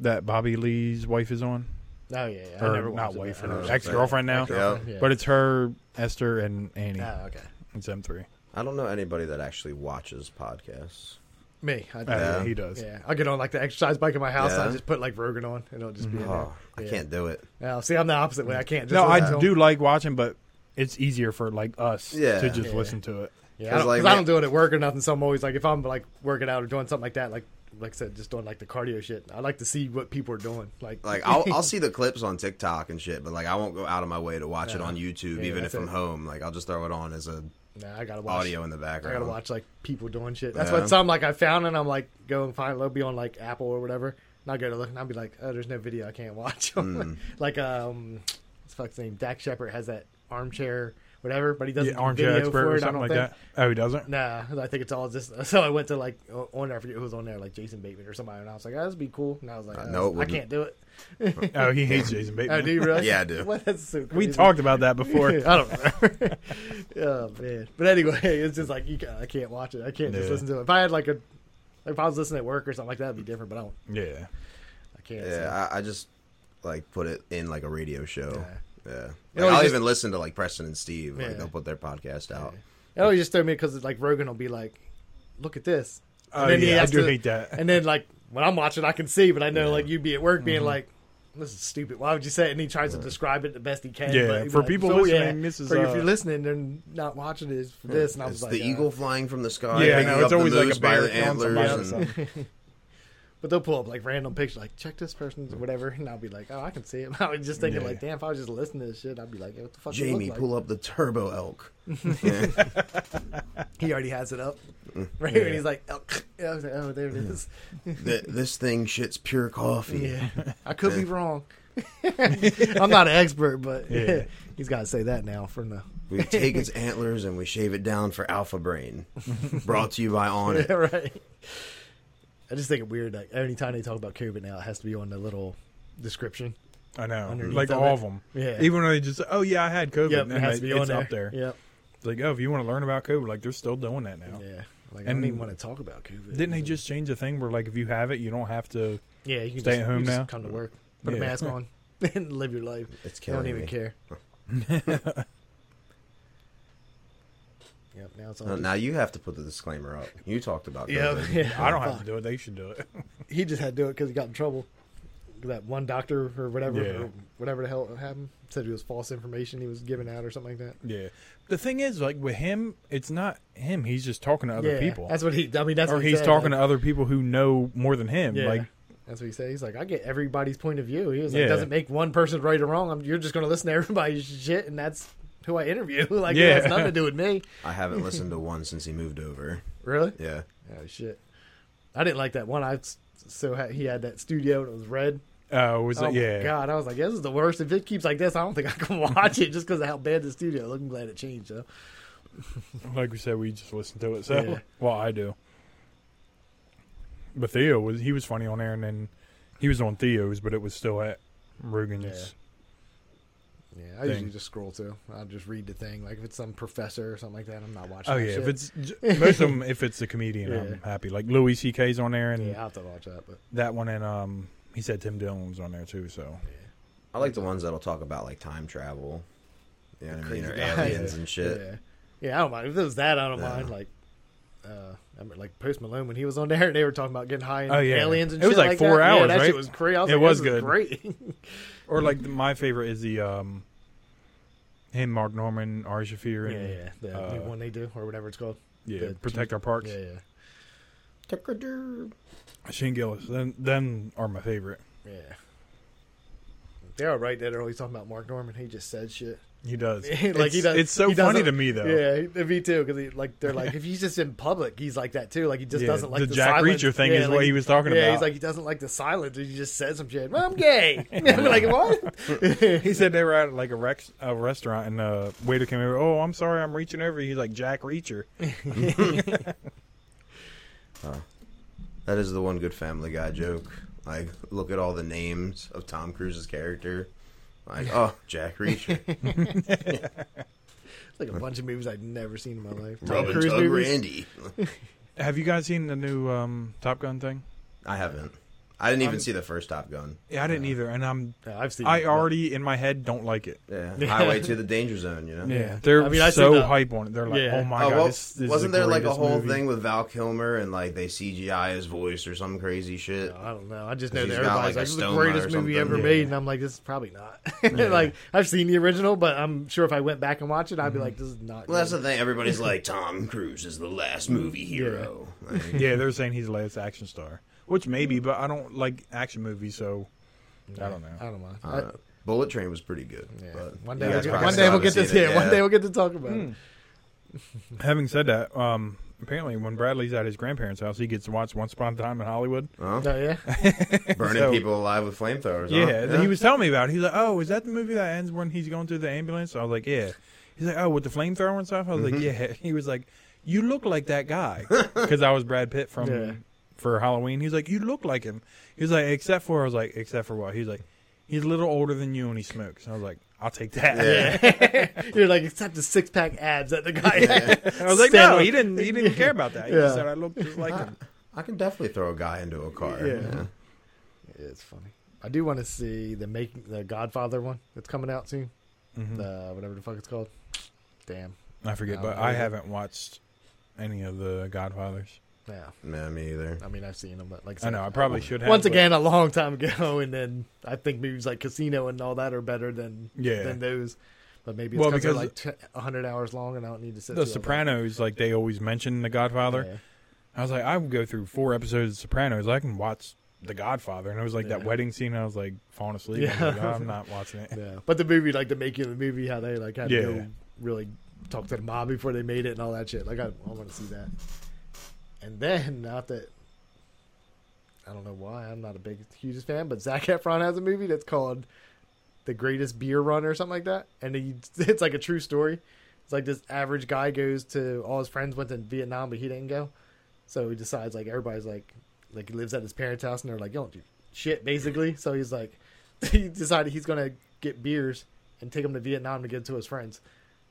that Bobby Lee's wife is on, Oh yeah, yeah. I or never not watched it, wife, but I her or was- Ex- ex girlfriend now. Yeah. yeah. But it's her, Esther, and Annie. oh, okay. It's them three. I don't know anybody that actually watches podcasts. Me, I do. Uh, Yeah. Yeah. he does. Yeah, I get on like the exercise bike in my house. Yeah. I just put like Rogan on, and it'll just be. in there. Oh, I Yeah. can't do it. Now, see, I'm the opposite way. I can't. Just No, listen to I 'em. do like watching, but it's easier for like us Yeah. to just Yeah. listen to it. Yeah, 'Cause, I don't, like, 'cause I we- don't do it at work or nothing. So I'm always like, if I'm like working out or doing something like that, like like I said, just doing like the cardio shit. I like to see what people are doing. Like, Like I'll I'll see the clips on TikTok and shit, but like I won't go out of my way to watch it Yeah. on YouTube, Yeah, even if that's I'm it. home. Like I'll just throw it on as a nah, I gotta watch. audio in the I background. gotta watch like people doing shit. That's Um, Yeah. what some like I found, and I'm like, go and find. They'll be on like Apple or whatever, and I go to look, and I'll be like, oh, there's no video. I can't watch. Mm. like um, what's the fuck's name? Dak Shepard has that armchair whatever, but he doesn't Yeah, do Orange video Expert for or it. I something don't like think. that. Oh, he doesn't. Nah, I think it's all just. So I went to like o- on there. I forget who was on there, like Jason Bateman or somebody, and I was like, oh, "This would be cool." And I was like, Uh, "Uh, no, it "I wouldn't." can't do it." Oh, he hates Jason Bateman. Oh, do you really? Yeah, I do. What? That's so We crazy. talked about that I before. don't remember. oh man! But anyway, it's just like you. ca- I can't watch it. I can't just Yeah. listen to it. If I had like a, like if I was listening at work or something like that, it'd be different. But I don't. yeah. I can't. so. Yeah, I, I just like put it in like a radio show. Yeah, Like, You know, I'll you just- even listen to like Preston and Steve. Yeah. Like they'll put their podcast out. It always just threw me because like Rogan will be like, "Look at this," Oh, then he yeah. I has do to- hate that. and then like when I'm watching, I can see, but I know Yeah. like you'd be at work Mm-hmm. being like, "This is stupid. Why would you say?" it? And he tries to describe it the best he can. Yeah, but he'd for be people like, "So, listening, this is, for uh, if you're listening, they're not watching it for this. And I was It's like, the uh, eagle flying from the sky. yeah, picking no, it's up the always like moose a by bear the killing somebody or antlers. And, something. But they'll pull up like random pictures, like check this person's or whatever, and I'll be like, "Oh, I can see it." I was just thinking, Yeah. like, "Damn, if I was just listening to this shit, I'd be like, hey, what the fuck?" does it look Jamie, like? pull up the turbo elk. He already has it up, right? Yeah. And he's like, "Oh, I was like, oh there it is." Th- this thing shits pure coffee. Yeah, I could be wrong. I'm not an expert, but Yeah. he's got to say that now for the We take its antlers and we shave it down for alpha brain. Brought to you by On It. right. I just think it weird. Like anytime they talk about COVID now, it has to be on the little description. I know. Underneath Like of all it. of them. Yeah. Even though they just, oh, yeah, I had COVID. Yep, and it has to they- be on it's there. up there. Yep. It's like, oh, if you want to learn about COVID, like they're still doing that now. Yeah. Like I And- don't even want to talk about COVID. Didn't they just change the thing where, like, if you have it, you don't have to? Yeah, you can Stay just, at home you now? Just come to work, put Yeah. a mask on, and live your life. It's They don't killing even me. care. yep. Now it's Uh, on. Now you have to put the disclaimer up. You talked about yeah, COVID. yeah. I don't have to do it. They should do it. He just had to do it because he got in trouble. That one doctor or whatever, Yeah. or whatever the hell happened, said it was false information he was giving out or something like that. yeah. The thing is, like, with him, it's not him. He's just talking to other Yeah, people. That's what he. I mean, that's or what he he's said, talking like, to other people who know more than him. yeah, Like, that's what he said. He's like, I get everybody's point of view. He was like, Yeah. doesn't make one person right or wrong. I'm, you're just going to listen to everybody's shit, and that's who I interview. like, Yeah. it has nothing to do with me. I haven't listened to one since he moved over. Really? Yeah. Oh shit! I didn't like that one. I s- so ha he had that studio and it was red. oh, was oh it? my Yeah. god! I was like, this is the worst. If it keeps like this, I don't think I can watch it just because of how bad the studio. looked. I'm glad it changed though. Like we said, we just listen to it. So, Yeah. well, I do. But Theo was he was funny on there, and then he was on Theo's, but it was still at Rugen's. Yeah, I Thing. usually just scroll through. I'll just read the thing. Like if it's some professor or something like that, I'm not watching. Oh that yeah, shit. if it's j- most of them, if it's a comedian, I'm Yeah. happy. Like Louis C.K.'s on there, and yeah, I have to watch that. But that one, and um, he said Tim Dillon was on there too. So I like the ones that'll talk about like time travel. You know what I mean? Crazy Or guy. aliens and shit. yeah, yeah, I don't mind if it was that. I don't Yeah. mind. Like uh, I remember, like Post Malone when he was on there, they were talking about getting high and Oh, yeah. aliens and It was shit like that. four Yeah, hours, that shit right? was crazy. I was It like, was this is good. great. Or like the, my favorite is the um, him, Mark Norman, Ari Shafir, yeah, and yeah, the Uh, new one they do or whatever it's called. yeah, The- protect our parks. Yeah, yeah, Shane Gillis. Then them are my favorite. yeah. They're all right. That are always talking about Mark Norman. He just said shit. He does. Like, he it's, does- It's so he does funny it- to me though. Yeah, he- me too. Because like they're like, if he's just in public, he's like that too. Like he just Yeah, doesn't like the the, Jack silence. Reacher thing Yeah, is like, what he was talking yeah, about. he's like he doesn't like the silence. He just said some shit. Well, I'm gay. I'm like what? He said they were at like a, rex, a restaurant and the waiter came over. Oh, I'm sorry, I'm reaching over. He's like Jack Reacher. That is the one good Family Guy joke. Like, look at all the names of Tom Cruise's character. Like, oh, Jack Reacher, It's like a bunch of movies I've never seen in my life. Tom Robin Cruise Tug movies. Randy. Have you guys seen the new um, Top Gun thing? I haven't. I didn't even I'm- see the first Top Gun. Yeah, I didn't either, and I'm Yeah, I've seen. I it. already in my head don't like it. Yeah, Highway to the Danger Zone. You know. Yeah, they're I mean, I so seen the- hype on it. They're like, Yeah. oh my Oh, god, well, this, this wasn't is there like a greatest whole movie. thing with Val Kilmer and like they CGI his voice or some crazy shit? I don't know. I just know He's that got, like, a everybody's like, "This is the stoma greatest or movie something." ever Yeah. made," and I'm like, "This is probably not." like I've seen the original, but I'm sure if I went back and watched it, I'd be like, "This is not." Mm-hmm. Well, that's good. the thing. Everybody's like, Tom Cruise is the last movie hero. Like, yeah, they're saying he's the latest action star, which maybe, but I don't like action movies, so I don't know. I don't know. I don't I- know. uh, Bullet Train was pretty good. yeah. But One you day, guys we'll get, probably one day we'll haven't get seen this it here. One yet. day we'll get to talk about it. Having said that, um, apparently when Bradley's at his grandparents' house, he gets to watch Once Upon a Time in Hollywood. Huh? Oh yeah, burning So- people alive with flamethrowers. Yeah, huh? he was telling me about. it. He's like, "Oh, is that the movie that ends when he's going through the ambulance?" I was like, "Yeah." He's like, "Oh, with the flamethrower and stuff." I was Mm-hmm. like, "Yeah." He was like, "You look like that guy," because I was Brad Pitt from Yeah. for Halloween. He's like, "You look like him." He's like, "Except for," I was like, "Except for what?" He's like, "He's a little older than you and he smokes." I was like, "I'll take that." you're like except the six pack abs that the guy. I was like, Stand "No, up. he didn't. He didn't care about that. He Yeah. just said I look just like him." I can definitely throw a guy into a car. Yeah. Yeah. Yeah, it's funny. I do want to see the make the Godfather one that's coming out soon. Hmm. Mhm. The whatever the fuck it's called. Damn. I forget, No, but I I didn't. haven't watched any of the Godfathers. Yeah. Nah, me either. I mean, I've seen them, but like I said, know I probably should have. once but- again a long time ago, and then I think movies like Casino and all that are better than Yeah. than those. But maybe it's Well, because they're because- like t- hundred hours long, and I don't need to sit. The through all that. Sopranos, like they always mention The Godfather. Yeah. I was like, I would go through four episodes of Sopranos. I can watch The Godfather, and it was like that Yeah. wedding scene. I was like falling asleep. I was like, "Oh, Yeah. I'm not watching it. Yeah, but the movie, like the making of the movie, how they like had Yeah. to go really talk to the mob before they made it and all that shit. Like I, I want to see that. And then, not that I don't know why I'm not a big hugest fan, but Zach Efron has a movie that's called "The Greatest Beer Run" or something like that, and he, it's like a true story. It's like this average guy goes to all his friends went to Vietnam, but he didn't go. So he decides like everybody's like like he lives at his parents' house and they're like, You don't do shit basically. So he's like he decided he's gonna get beers and take them to Vietnam to give to his friends.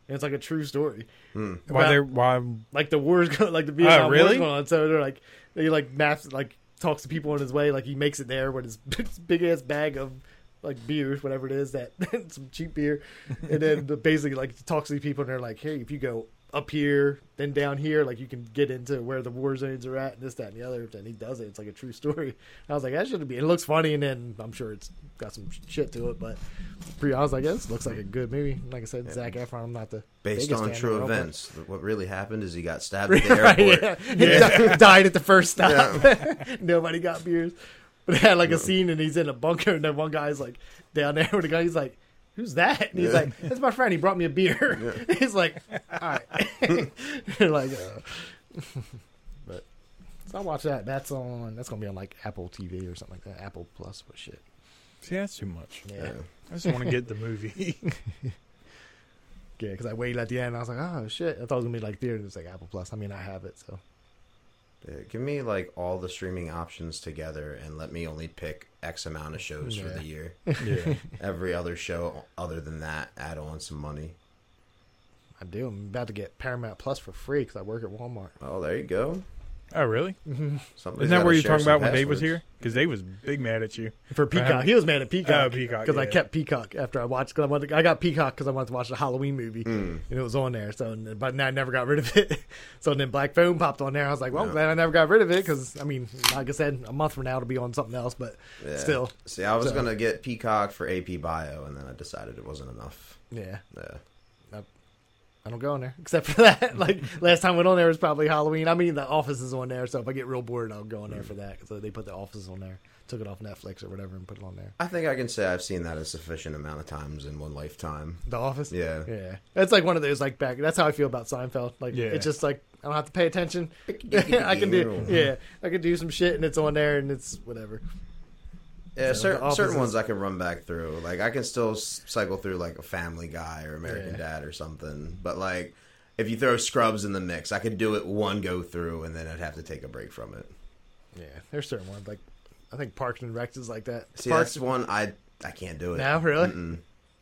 And it's like a true story. Why Hmm. Well- they? Why? Like the war's going like the Vietnam really? war's going on. So they're like they like maps like talks to people on his way, like he makes it there with his big ass bag of like beers, whatever it is, that some cheap beer. And then basically like talks to these people and they're like, Hey, if you go up here, then down here, like you can get into where the war zones are at and this, that and the other and he does it. It's like a true story. I was like, that should be it looks funny and then I'm sure it's got some shit to it, but pre I was like, yeah, this looks like a good movie. Like I said, Zach Efron, I'm not the Based biggest on fan in the true world, but- events, th- what really happened is he got stabbed at the Right, airport. yeah. He di- died at the first stop. Nobody got beers. But they had like a scene and he's in a bunker and then one guy's like down there with a guy. He's like, who's that? And he's Yeah. like, that's my friend. He brought me a beer. he's like, all right. They're like, uh. but so I watch that. That's on, that's going to be on like Apple TV or something like that. Apple Plus, what shit. See, that's too much. Yeah. I just want to get the movie. Yeah, because I waited at the end and I was like, oh shit. I thought it was going to be like theater. It's like Apple Plus. I mean, I have it, so. Yeah, Uh, Give me like all the streaming options together and let me only pick X amount of shows for Yeah. the year. yeah. Every other show other than that, add on some money. I do. I'm about to get Paramount Plus for free because I work at Walmart. Oh, there you go. Oh, really? Somebody's Isn't that gotta where you're share talking some about when Dave was passwords. here? Because Dave was big mad at you. For Peacock, he was mad at Peacock. Oh, Peacock, because I yeah. kept Peacock after I watched. Cause I, wanted, I got Peacock because I wanted to watch the Halloween Mm. movie, Hmm. and it was on there. So, and- but then I never got rid of it. so then Black Phone popped on there. I was like, well, I'm Yeah. glad I never got rid of it because I mean, like I said, a month from now it'll be on something else. But Yeah. still, See, I was So- gonna get Peacock for AP Bio, and then I decided it wasn't enough. yeah, Yeah. I don't go on there except for that. like last time I went on there was probably Halloween. I mean, the Office is on there, so if I get real bored, I'll go on there for that. So they put the Office on there, took it off Netflix or whatever, and put it on there. I think I can say I've seen that a sufficient amount of times in one lifetime. The Office. Yeah. Yeah, that's like one of those like back. That's how I feel about Seinfeld. Like Yeah. it's just like I don't have to pay attention. I can do yeah, I can do some shit and it's on there and it's whatever. Yeah, So cer- the Office certain is- ones I can run back through. Like I can still s- cycle through like a Family Guy or American Yeah. Dad or something. But like, if you throw Scrubs in the mix, I could do it one go through, and then I'd have to take a break from it. Yeah, there's certain ones like I think Parks and Rec is like that. See, Parks that's one I I can't do it. now really. Mm-mm.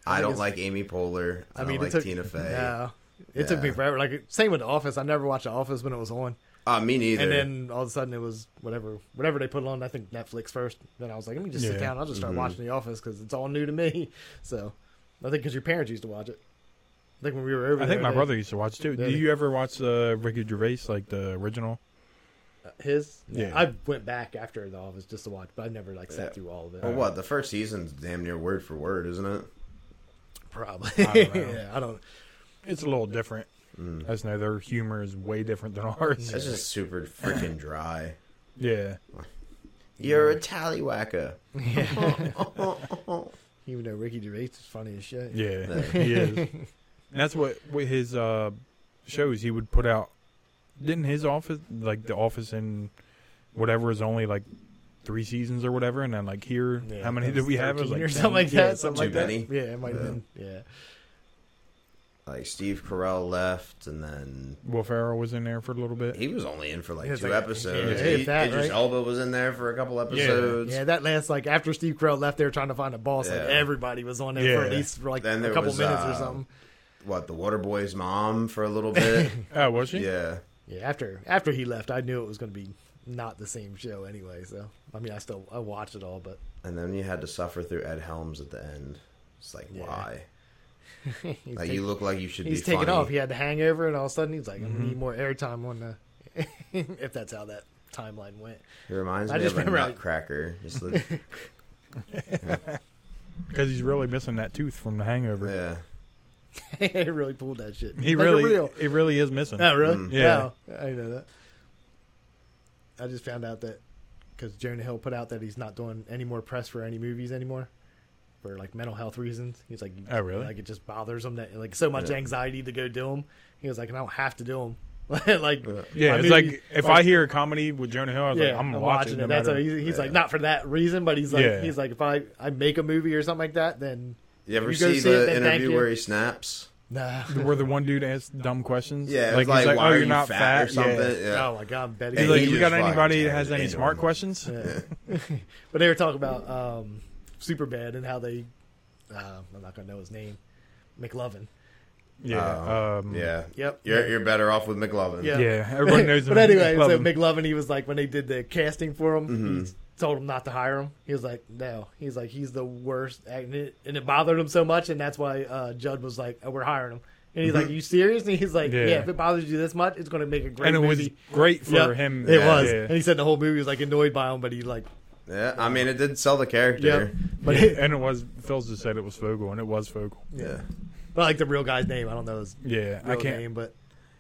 I I, don't think it's- like Amy Poehler. I, don't mean, it like took Tina Fey. No, it took me Yeah. forever. Like same with The Office. I never watched The Office when it was on, Uh, me neither. and then all of a sudden it was whatever whatever they put it on. I think Netflix first. Then I was like, let me just sit Yeah. Mm-hmm. down. I'll just start watching The Office because it's all new to me. So I think because your parents used to watch it. I think when we were over, I there, think my they- brother used to watch too. Yeah, Do they- you ever watch uh, Ricky Gervais, like the original? His? Yeah. I went back after The Office just to watch, but I never like sat Yeah. Oh. through all of it. Well, what the first season's damn near word for word, isn't it? Probably. I don't know. yeah, I don't. It's a little different. I just know their humor is way different than ours. It's Mm. just super freaking dry. Yeah. You're a tallywhacker. Even though Ricky Gervais is funny as shit. Yeah, Yeah. he is. And that's what with his uh, shows he would put out. Didn't his office like the office in whatever is only like three seasons or whatever, and then like here, Yeah, how many that did was we have? It was, 13 or like, something like 10. Yeah, that. Something Too like that. many. Yeah, it might have Yeah. been. Yeah. Like Steve Carell left, and then Will Ferrell was in there for a little bit. he was only in for like Yeah, it's two like- episodes. yeah, He- if that, Idris right? Elba was in there for a couple episodes. Yeah, that last like after Steve Carell left there trying to find a boss, like Yeah. everybody was on there for at Yeah. least for like Then a there couple was, minutes or uh, something. What the Waterboy's mom for a little bit? Oh, was she? yeah, Yeah, after after he left, I knew it was going to be not the same show anyway. So I mean, I still I watched it all, but and then you had to suffer through Ed Helms at the end. It's like Yeah. why? he's Like taking- you look like you should he's be taking funny. off. He had the hangover, and all of a sudden he's like, "I Mm-hmm. need more airtime on the." if that's how that timeline went, He reminds I me just of a remember- nutcracker. Just look, Because he's really missing that tooth from the hangover. yeah. it really pulled that shit. He Like, really, for real. it really is missing. Oh, really? Mm. Yeah. Wow. I didn't know that. I just found out that because Jonah Hill put out that he's not doing any more press for any movies anymore for like mental health reasons. He's like, Oh, really? Like it just bothers him that like so much Yeah. anxiety to go do them. He was like, and I don't have to do them. like, Yeah, my it's movie- like if I hear a comedy with Jonah Hill, I was like, I'm, watching, it. no That's matter- how he's, he's like Yeah. not for that reason, but he's like Yeah. he's like if I I make a movie or something like that, then You ever You go see see it, the then thank interview you. where he snaps? nah. where the one dude asked dumb questions. Yeah, it like, was he's like, like, why oh, are you're you not fat, fat or something? Yeah. Yeah. Oh my god, I'm betting. He's And like, he you just got fucking anybody that tired has of any being smart normal. questions? Yeah. but they were talking about um, Superbad and how they. Uh, I'm not gonna know his name, McLovin. Yeah. Um, Oh. yeah. Yep. You're you're better off with McLovin. Yeah. Yeah, everybody knows. but him. anyway, Love so him. McLovin, he was like when they did the casting for him, Mm-hmm. he told him not to hire him. He was like, no, he's like he's the worst, and it, and it bothered him so much, and that's why uh, Judd was like, oh, we're hiring him. And he's like, "You serious?" And he's like, "Yeah, Mm-hmm. Yeah. if it bothers you this much, it's going to make a great and it was movie." great for Yep, him. It Yeah. was, Yeah. and he said the whole movie was like annoyed by him, but he like, Yeah, I mean, it did sell the yeah, character. but Yeah, and it was. Phil's just said it was Fogel, and it was Fogel. Yeah. But like the real guy's name, I don't know his Yeah, real I can't. name, but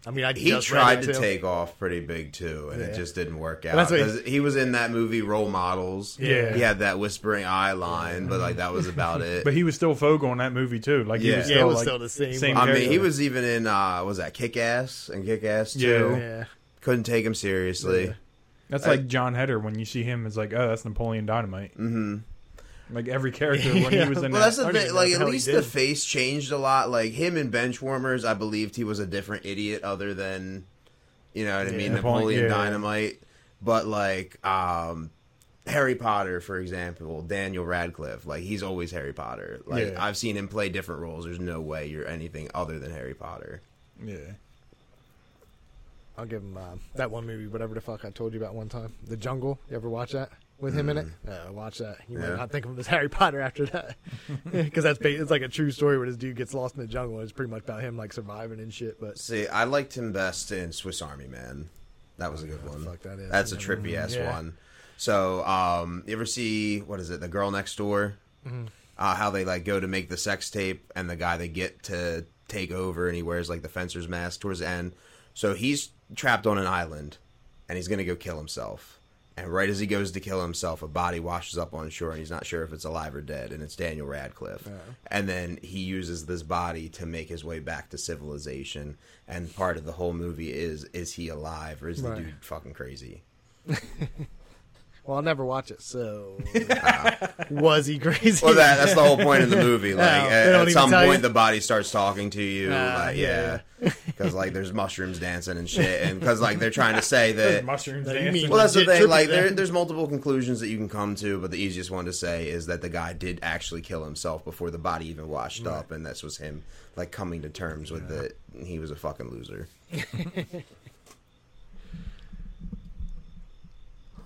I mean, I He just read tried it, to too. take off pretty big too, and Yeah. it just didn't work out. that's what he- 'Cause he was in that movie Role Models. Yeah. he had that whispering eye line, but like that was about it. But he was still Fogel in that movie too. Like he Yeah. was Yeah, still, it was like, still the same. same I character. mean, he was even in uh, what was that Kick Ass and Kick Ass too. Yeah. yeah, Couldn't take him seriously. Yeah. That's like John Heder. When you see him, it's like, oh, that's Napoleon Dynamite. Mm-hmm. Like every character when he was in. that, Well, that's I the don't thing. even Like, know at how he least did. the face changed a lot. Like him in Benchwarmers, I believed he was a different idiot, other than you know what I mean, Napoleon- Napoleon yeah. Dynamite. But like um, Harry Potter, for example, Daniel Radcliffe, like he's always Harry Potter. Like Yeah. I've seen him play different roles. There's no way you're anything other than Harry Potter. Yeah. I'll give him uh, that one movie, whatever the fuck I told you about one time, The Jungle. You ever watch that with him in it? Uh, watch that. You Yeah. might not think of him as Harry Potter after that, because that's ba- it's like a true story where this dude gets lost in the jungle. and It's pretty much about him like surviving and shit. But See, I liked him best in Swiss Army Man. That was a good one. fuck that is. That's a trippy ass Yeah. one. So, um, you ever see what is it? The girl next door. Uh, how they like go to make the sex tape, and the guy they get to take over, and he wears like the fencer's mask towards the end. So he's trapped on an island, and he's gonna go kill himself. And right as he goes to kill himself, a body washes up on shore, and he's not sure if it's alive or dead. And it's Daniel Radcliffe. And then he uses this body to make his way back to civilization. And part of the whole movie is: is he alive or is the Right. dude fucking crazy? well, I'll never watch it. So was he crazy? Well, that, that's the whole point of the movie. Like, Oh, they at, don't at even some tell point, you? the body starts talking to you. Ah, like, yeah, yeah, because like there's mushrooms dancing and shit, and because like they're trying to say that. mushrooms. Like, you dancing. mean- Well, that's the Legit thing. Like, tripping there, them. there's multiple conclusions that you can come to, but the easiest one to say is that the guy did actually kill himself before the body even washed up, and this was him like coming to terms with that he was a fucking loser.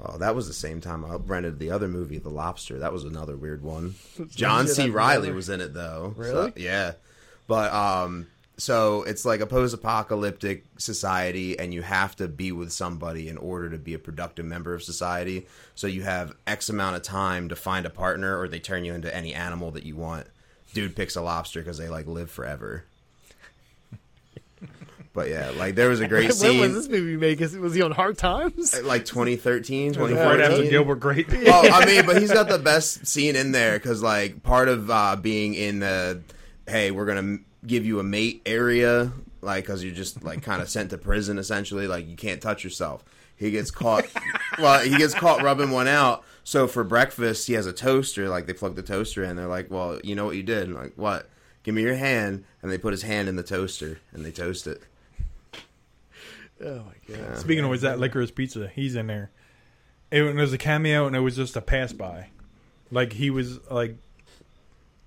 Oh, that was the same time I rented the other movie, The Lobster. That was another weird one. John shit C. I've Riley never- was in it though. So- Really? yeah. But um so it's like a post-apocalyptic society and you have to be with somebody in order to be a productive member of society. So you have X amount of time to find a partner or they turn you into any animal that you want. Dude picks a lobster cuz they like live forever. but yeah, like there was a when great was scene Uh, this movie made? 'Cause Was he on Hard Times? like 2013, right 2014. after Gilbert Grape. Well, Oh, I mean, but he's got the best scene in there because, like, part of uh, being in the hey, we're gonna m- give you a mate area, like, because you're just like kind of sent to prison essentially, like you can't touch yourself. He gets caught. well, he gets caught rubbing one out. So for breakfast, he has a toaster. Like they plug the toaster in. They're like, "Well, you know what you did." And like, "What? Give me your hand." And they put his hand in the toaster and they toast it. Oh my god. Speaking of which, that licorice pizza, he's in there. It was a cameo, and it was just a pass by. Like he was like,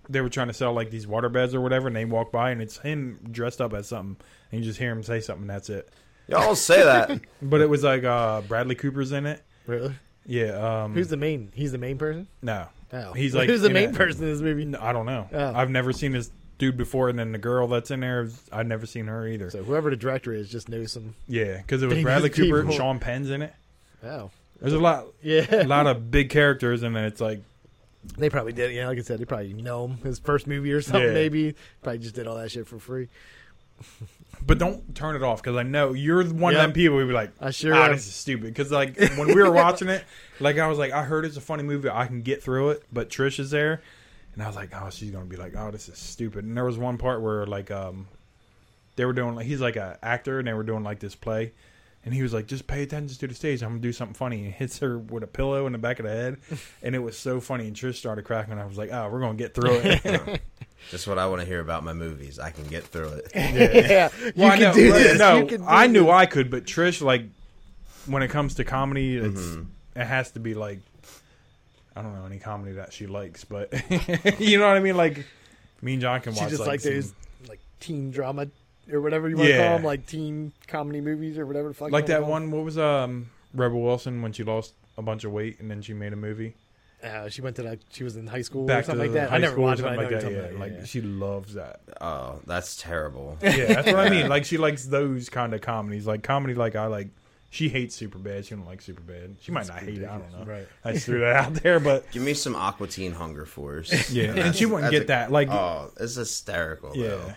they were trying to sell like these water beds or whatever, and they walk by, and it's him dressed up as something, and you just hear him say something. That's it. Y'all say that. But it was like uh, Bradley Cooper's in it. Really? Yeah. Um, Who's the main? He's the main person. no? Oh. He's like who's the in main a- person in this movie? No, I don't know. Oh. I've never seen this dude before, and then the girl that's in there, I've never seen her either. So whoever the director is just knows some. yeah, because it was Big Bradley Cooper and people. Sean Penn's in it. Oh, There's a lot, a yeah. lot of big characters, and then it's like They probably did. Yeah, like I said, they probably know him his first movie or something. Yeah. Maybe probably just did all that shit for free. But don't turn it off because I know you're the one Yeah. of them people who be like, I sure ah, am." this is stupid. Because like when we were watching it, like I was like, I heard it's a funny movie, I can get through it. But Trish is there, and I was like, oh, she's gonna be like, oh, this is stupid. And there was one part where like um, they were doing like he's like a actor, and they were doing like this play, and he was like, just pay attention to the stage. I'm gonna do something funny, and hits her with a pillow in the back of the head, and it was so funny. And Trish started cracking. I was like, oh, we're gonna get through it. That's what I want to hear about my movies. I can get through it. Yeah, you Well, I can know, do right? this. No, you can do I knew this. I could, but Trish, like, when it comes to comedy, it's it has to be like, I don't know any comedy that she likes, but you know what I mean. Like, me and John can She watch just like, like some- those like teen drama or whatever you want to Yeah. call them, like teen comedy movies or whatever the fuck. you like wanna that call one. 'em. What was um Rebel Wilson when she lost a bunch of weight and then she made a movie Uh, she went to like she was in high school or back to something like the that. high I never school or watched it. something but I like know that. what Yeah, you're talking about, like she loves that. Oh, that's terrible. Yeah, that's what I mean. Like she likes those kind of comedies, like comedy like I like. She hates Superbad. She don't like Superbad. She might It's not hate it. I don't know. ridiculous. Right. I just threw that out there, but Give me some Aqua Teen Hunger Force. Yeah, and That's- she wouldn't that's get a- that. Like, oh, it's hysterical. yeah, though.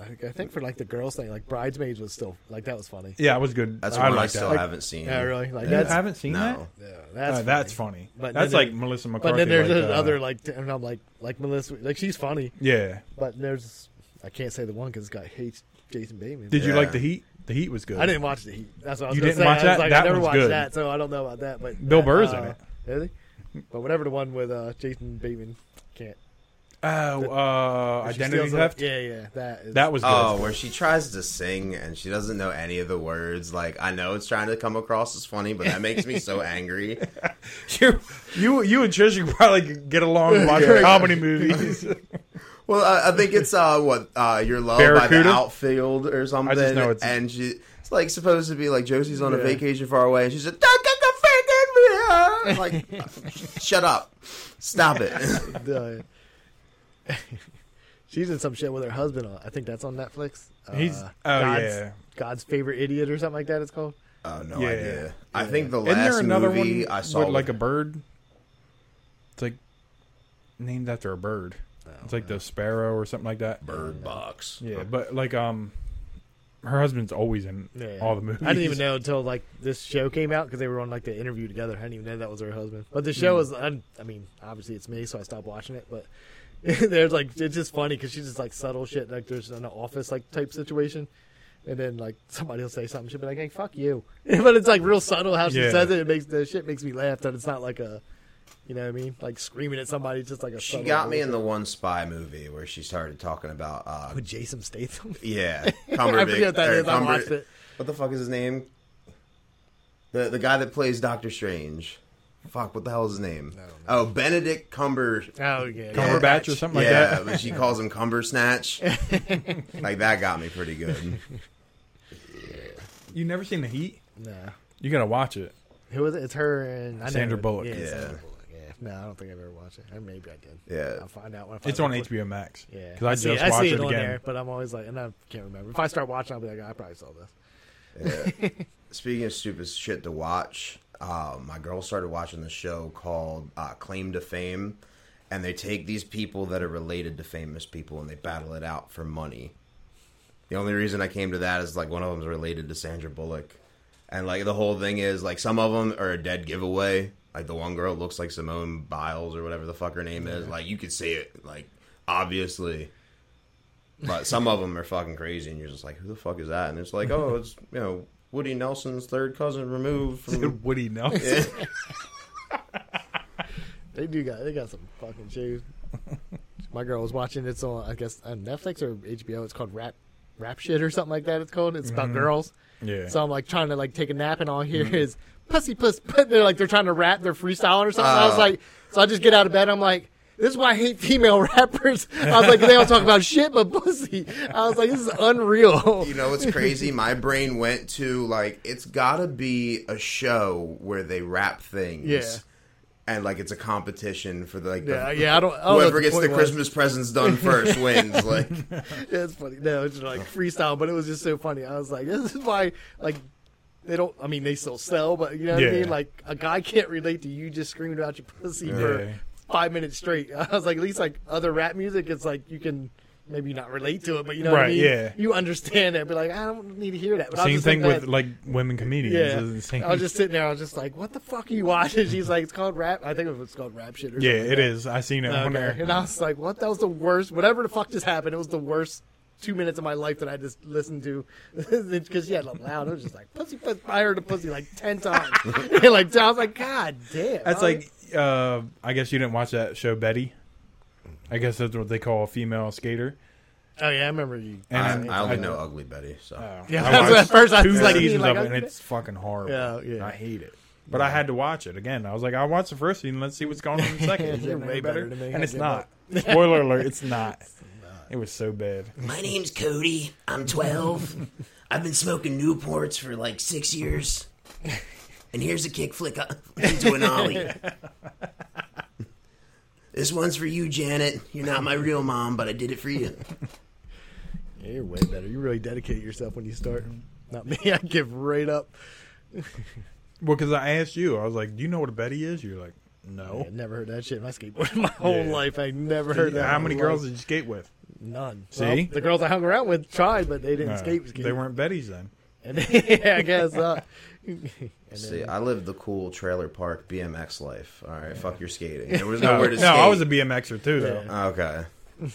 I, I think for like the girls thing, like bridesmaids was still like that was funny. yeah, it was good. that's I one I, like still that. haven't seen. Yeah, really? Like, You that's- haven't seen no. that? Yeah, Oh, that's That's, funny. funny. But that's then like there- Melissa McCarthy. But then there's like, uh, another like, and I'm like, like Melissa, like she's funny, Yeah. but there's, I can't say the one because this guy hates Jason Bateman. Did you Yeah. like the Heat? The Heat was good. I didn't watch the Heat. That's what I was You gonna didn't say. watch I was that? Like, That I never one's watched good. that, so I don't know about that. But Bill that, Burr's in uh, Is he? But whatever the one with uh, Jason Bateman can't. Oh, The- uh, if she Identity steals it- Theft. Yeah, yeah, that is. That was good. Oh, where she tries to sing and she doesn't know any of the words. Like I know it's trying to come across as funny, but that makes me so angry. you, you, you and Trish could probably get along and watch Yeah. Uh, comedy movies. Well, I, I think it's uh, what uh, your love by the Barracuda? outfield or something. know it's- and she, it's like supposed to be like Josie's on a Yeah. vacation far away, and she's like, "Don't get the freaking mirror!" I'm like, shut up, stop it. The- she's in some shit with her husband on. I think that's on Netflix. He's- Uh, oh, God's, yeah. God's favorite idiot or something like that. It's called. Oh no Yeah. idea. I think the Isn't last there another movie one I saw with like a with- bird? It's like named after a bird. It's like the sparrow or something like that. Oh, Bird Box. Yeah, but like um, her husband's always in Yeah. all the movies. I didn't even know until like this show came out because they were on like the interview together. I didn't even know that was her husband. But the Hmm. show was, un- I mean, obviously it's me, so I stopped watching it. But there's like it's just funny because she's just like subtle shit. Like there's an office like type situation, and then like somebody will say something, she'll be like, "Hey, fuck you," but it's like real subtle how she Yeah. says it. It makes the shit makes me laugh that it's not like a, you know what I mean, like screaming at somebody just like a. She subtle got me in bullshit. the one spy movie where she started talking about uh, with Jason Statham. yeah, I Cumberbatch- forget what that or is. I Cumber- watched it. What the fuck is his name? The the guy that plays Doctor Strange. Fuck, what the hell is his name? Oh, Benedict Cumber. Oh yeah, Cumberbatch or something like yeah, that. but she calls him Cumber Snatch. like that got me pretty good. You never seen The Heat? Nah. You gotta watch it. Who was it? It's her and I know Sandra it- Bullock. Yeah, Yeah. Sandra Bullock. Yeah. No, I don't think I've ever watched it. Or maybe I did. Yeah. I'll find out when I find It's on out. HBO Max. Yeah, because I, see just I see watched it, it, on again. there, but I'm always like, and I can't remember. If I start watching, I'll be like, I probably saw this. Yeah. Speaking of stupid shit to watch, uh, my girl started watching the show called uh, Claim to Fame, and they take these people that are related to famous people and they battle it out for money. The only reason I came to that is like one of them is related to Sandra Bullock, and like the whole thing is like some of them are a dead giveaway. Like the one girl looks like Simone Biles or whatever the fuck her name is. Like you could see it, like obviously. But some of them are fucking crazy, and you're just like, who the fuck is that? And it's like, oh, it's you know Woody Nelson's third cousin removed from. Woody Nelson. They do got they got some fucking shoes. My girl was watching. It's on I guess on Netflix or HBO. It's called Rap Rap Shit or something like that. It's called. It's Mm-hmm. about girls. Yeah. So I'm like trying to like take a nap, and all I hear Mm-hmm. is pussy puss. puss." They're like they're trying to rap, they're freestyling or something. I was Oh. like, so I just get out of bed. I'm like, this is why I hate female rappers. I was like, they all talk about shit but pussy. I was like, this is unreal. You know, it's crazy. My brain went to like, it's gotta be a show where they rap things. Yeah. And like, it's a competition for the, like, the- Yeah, yeah. I don't. I don't know what whoever gets the point was. Christmas presents done first wins. Like, Yeah, it's funny. No, it's just Oh. like freestyle, but it was just so funny. I was like, this is why, like, they don't. I mean, they still sell, but you know what I Yeah. mean. Like, a guy can't relate to you just screaming about your pussy Yeah. for five minutes straight. I was like, at least like other rap music, it's like you can maybe not relate to it, but you know what I Right, mean. yeah. You understand it, but like, I don't need to hear that. But I was Same just thing thinking with that- like women comedians. yeah, It's the same- I was just sitting there. I was just like, "What the fuck are you watching?" She's like, "It's called rap." I think it was called rap shit. Or yeah, something like it that. is. I seen it on Okay. there. And I was like, what? That was the worst. Whatever the fuck just happened, it was the worst two minutes of my life that I just listened to. Because she had it loud. It was just like, pussy, pussy. I heard a pussy like 10 times. and like, I was like, God damn. That's I- like, uh, I guess you didn't watch that show Betty. I guess that's what they call a female skater. oh, yeah, I remember you. I, And I only know Ugly Betty. So, Oh. Yeah, I that's what at watched first I two was like, seasons like, of I it, and get it's fucking horrible. Yeah, yeah. I hate it. But I had to watch it again. I was like, I watched the first season. Let's see what's going on in the second. Is it You're any way better than me. And I it's give not. Spoiler alert, it's not. It was so bad. My name's Cody. I'm 12. I've been smoking Newports for like six years. And here's a kick flick up into an ollie. This one's for you, Janet. You're not my real mom, but I did it for you. Yeah, you're way better. You really dedicate yourself when you start. Not me. I give right up. Well, because I asked you, I was like, "Do you know what a Betty is?" You're like, "No." I never heard that shit in my skateboard in my whole Yeah. life. I never heard that. How in my many life. girls did you skate with? None. See? Well, the girls I hung around with tried, but they didn't Uh, skate. skate. They weren't Bettys then. And yeah, I guess. Uh, and then- see, I lived the cool trailer park BMX life. All right, fuck your skating. There was nowhere to Uh, no, skate. I was a BMXer too, though. Okay.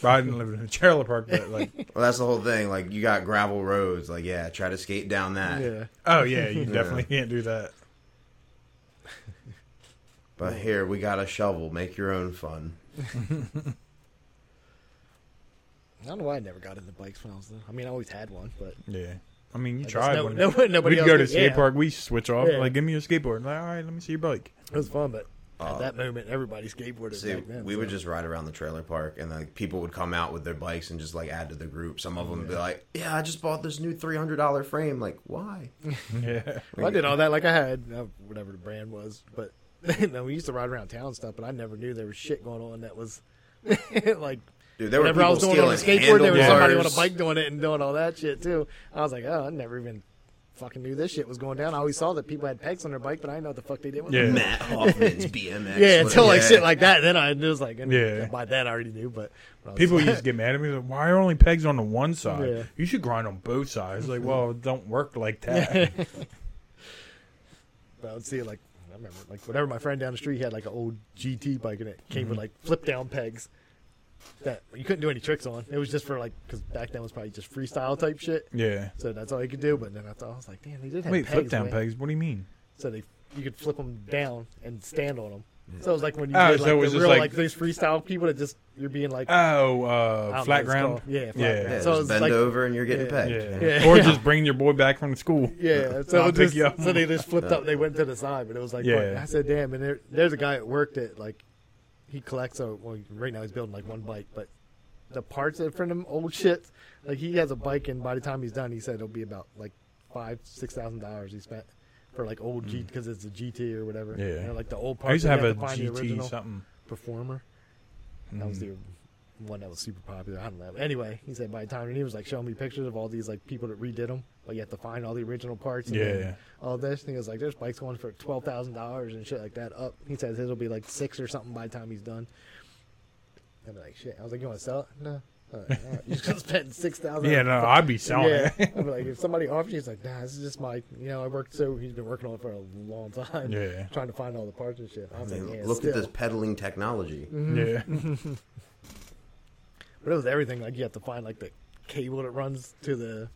But I didn't live in a trailer park, but like, Well, that's the whole thing. Like, you got gravel roads. Like, yeah, try to skate down that. yeah. oh yeah, you definitely can't do that. But here, we got a shovel. Make your own fun. I don't know why I never got into bikes when I was little. I mean, I always had one, but Yeah, I mean, you guess tried. no- when no- nobody We'd else go to did, skate yeah. park. We switch off. Yeah. Like, give me your skateboard. I'm like, all right, let me see your bike. it was fun. But At that moment, everybody skateboarded Uh, See, back then. we so. would just ride around the trailer park, and like people would come out with their bikes and just like add to the group. Some of them would be like, "Yeah, I just bought this new three hundred dollar frame." Like, why? Yeah. Well, I did all that like I had uh, whatever the brand was, but you know, we used to ride around town and stuff, but I never knew there was shit going on that was like Dude, there were whatever I was people doing on a stealing skateboard. There was somebody on a handlebars. bike doing it and doing all that shit too. I was like, oh, I never even fucking knew this shit was going down. I always saw that people had pegs on their bike, but I didn't know what the fuck they did with Yeah. them. Matt Hoffman's BMX. Yeah, until like Yeah. shit like that, then I it was like, Yeah. yeah. By then I already knew, but when I was- People used to get mad at me. Like, Why are only pegs on the one side? Yeah. You should grind on both sides. Like, well, it don't work like that. But I would see it like I remember like whatever my friend down the street had like an old GT bike and it came Mm-hmm. with like flip down pegs that you couldn't do any tricks on. It was just for like because back then was probably just freestyle type shit. yeah. So that's all you could do. But then I thought I was like, damn, they did have Wait, pegs, flip down man. pegs. What do you mean? So they you could flip them down and stand on them. So it was like when you Oh, did so like it the was just real like- like, these freestyle people that just you're being like Oh, I don't know uh, what flat it's ground. called. Yeah, flat yeah. Yeah, ground. So just it's bend like- over and you're getting Yeah. pegged. Yeah. Yeah. Or just bring your boy back from school. Yeah, so I'll it pick just, you up. so they just flipped up. They went to the side, but it was like, Yeah. I said, damn. And there, there's a guy at work that like, he collects. A, well, right now he's building like one bike, but the parts that are from them old shit, like he has a bike, and by the time he's done, he said it'll be about like five, six thousand dollars he spent for like old G because it's a GT or whatever. Mm. Yeah. You know, like the old parts. I used to you'd have a to find the GT original something. performer. That was the Hmm. one that was super popular. I don't know. Anyway, he said by the time and he was like showing me pictures of all these like people that redid them, but you have to find all the original parts. And then Yeah. All this and he was like, "There's bikes going for twelve thousand dollars and shit like that." Up. He says his will be like six or something by the time he's done. And I'm like, "Shit." I was like, "You want to sell it?" No. All right, all right. You just gonna spend six thousand. Yeah, no, I'd be selling Yeah, it. I'm like if somebody offers you, it's like, nah, this is just my, you know, I worked so he's been working on it for a long time, Yeah. trying to find all the parts and shit. I I was mean, like, yeah, look at still. this peddling technology. Mm-hmm. yeah. But it was everything. Like you have to find like the cable that runs to the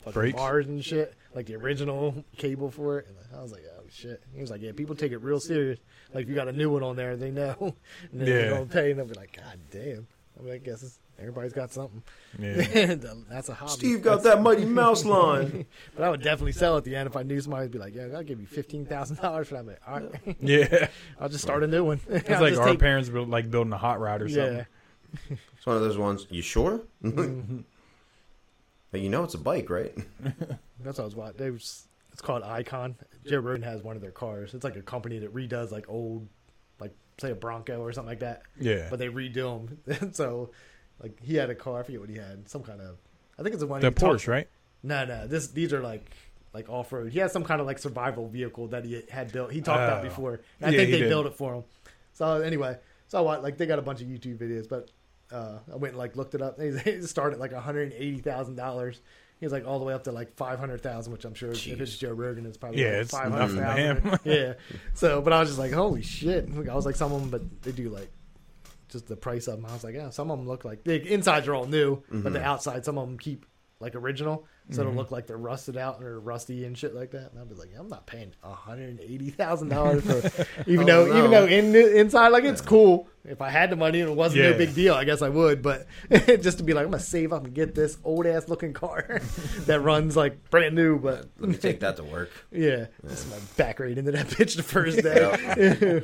fucking Brakes? bars and shit, like the original cable for it. And I was like, oh shit. He was like, yeah, people take it real serious. Like if you got a new one on there, they know. And then Yeah. they don't pay, and they'll be like, god damn. I mean, I guess it's, everybody's got something. Yeah. That's a hobby. Steve got that mighty mouse line. But I would definitely sell at the end if I knew somebody would be like, yeah, I'll give you fifteen thousand dollars for that. I'm like, all right, Yeah. I'll just start a new one. It's It's like our parents built, like building a hot rod or something. Yeah. It's one of those ones. You sure? But you know it's a bike, right? That's what I was watching. They was, it's called Icon. Joe Rogan has one of their cars. It's like a company that redoes like old, like say a Bronco or something like that. Yeah. But they redo them. so, like he had a car. I forget what he had. Some kind of. I think it's the one. The he talked- Porsche, right? No, no. This these are like like off road. He had some kind of like survival vehicle that he had built. He talked about Oh. before. And I Yeah, think he they did. built it for him. So anyway, so I watched, like they got a bunch of YouTube videos, but uh, I went and like looked it up. They they started at, like one hundred eighty thousand dollars. He was like all the way up to like five hundred thousand, which I'm sure if it's Joe Rogan, it's probably Yeah, like, it's five hundred nothing to thousand. yeah. So, but I was just like, holy shit! Like, I was like, some of them, but they do like just the price of them. I was like, yeah, some of them look like the insides are all new, but the outside, some of them keep like original, so it'll look like they're rusted out or rusty and shit like that. And I'd be like, I'm not paying hundred and eighty thousand dollars for, even though no. even though in inside like it's cool. If I had the money and it wasn't Yeah. no big deal, I guess I would. But just to be like, I'm gonna save up and get this old ass looking car that runs like brand new, but Let me take that to work. yeah, that's my back right into that bitch the first day. Yeah.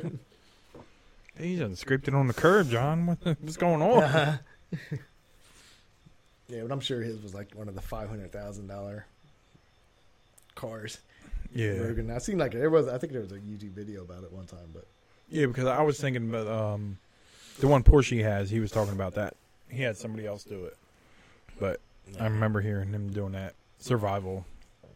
He's unscripted on the curb, John. What the- What's going on? Uh-huh. Yeah, but I'm sure his was like one of the five hundred thousand dollar cars. Yeah. Rogan. I seen like there was. I think there was a YouTube video about it one time, but Yeah, because I was thinking about um, the one Porsche he has. He was talking about that. He had somebody else do it, but I remember hearing him doing that survival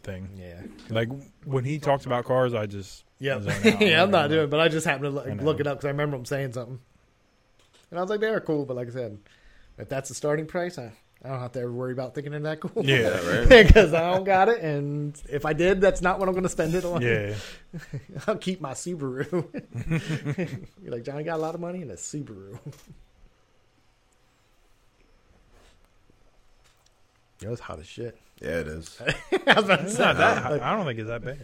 thing. yeah, Like when he talked about cars, I just yeah, was like, nah, yeah. I'm nah. not doing, it, but I just happened to I like, know. look it up because I remember him saying something, and I was like, they are cool, but like I said, if that's the starting price, I, I don't have to ever worry about thinking they're that cool. Yeah, Yeah, right. Because I don't got it, and if I did, that's not what I'm going to spend it on. Yeah, I'll keep my Subaru. You're like, John you got a lot of money and a Subaru. That was hot as shit. Yeah, it is. I was about to it's say, not that. I I don't think it's that bad.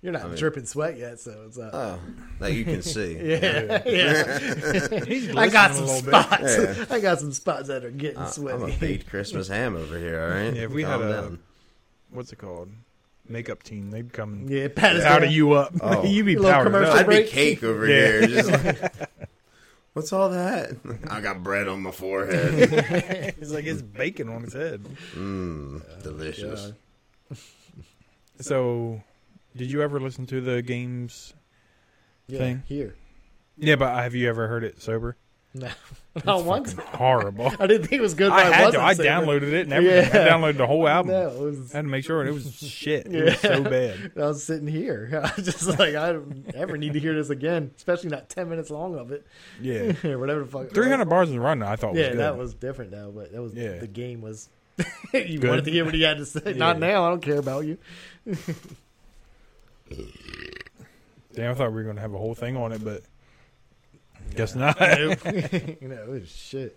you're not I mean- dripping sweat yet, so it's uh, Oh, that you can see. yeah, yeah. He's I got some glistening spots. Yeah. I got some spots that are getting Uh, I'm a sweaty. baked Christmas ham over here. All right. Yeah, if we Calm had a- down. What's it called? makeup team. They'd come and Yeah, pat his powder down. you up. Oh. You'd be A little powdered commercial up. I'd be break. cake over Yeah. here. Just like, What's all that? I got bread on my forehead. It's like it's bacon on his head. Mmm, delicious. God. So, did you ever listen to the games? Yeah, Thing. here. Yeah, but have you ever heard it sober? No, not Oh, once. Horrible. I didn't think it was good. I but had to. wasn't I sober. downloaded it and everything. I Yeah. downloaded the whole album. No, it was- I had to make sure it was shit. It was Yeah. so bad. I was sitting here. I was just like, I don't ever need to hear this again, especially not 10 minutes long of it. Yeah. Whatever the fuck. 300 bars in run, I thought was Yeah, good. that was different now, but that was Yeah. the game was. you Good. wanted to hear what he had to say. Not Yeah. now. I don't care about you. Damn, I thought we were going to have a whole thing on it, but guess not. you know, it was shit.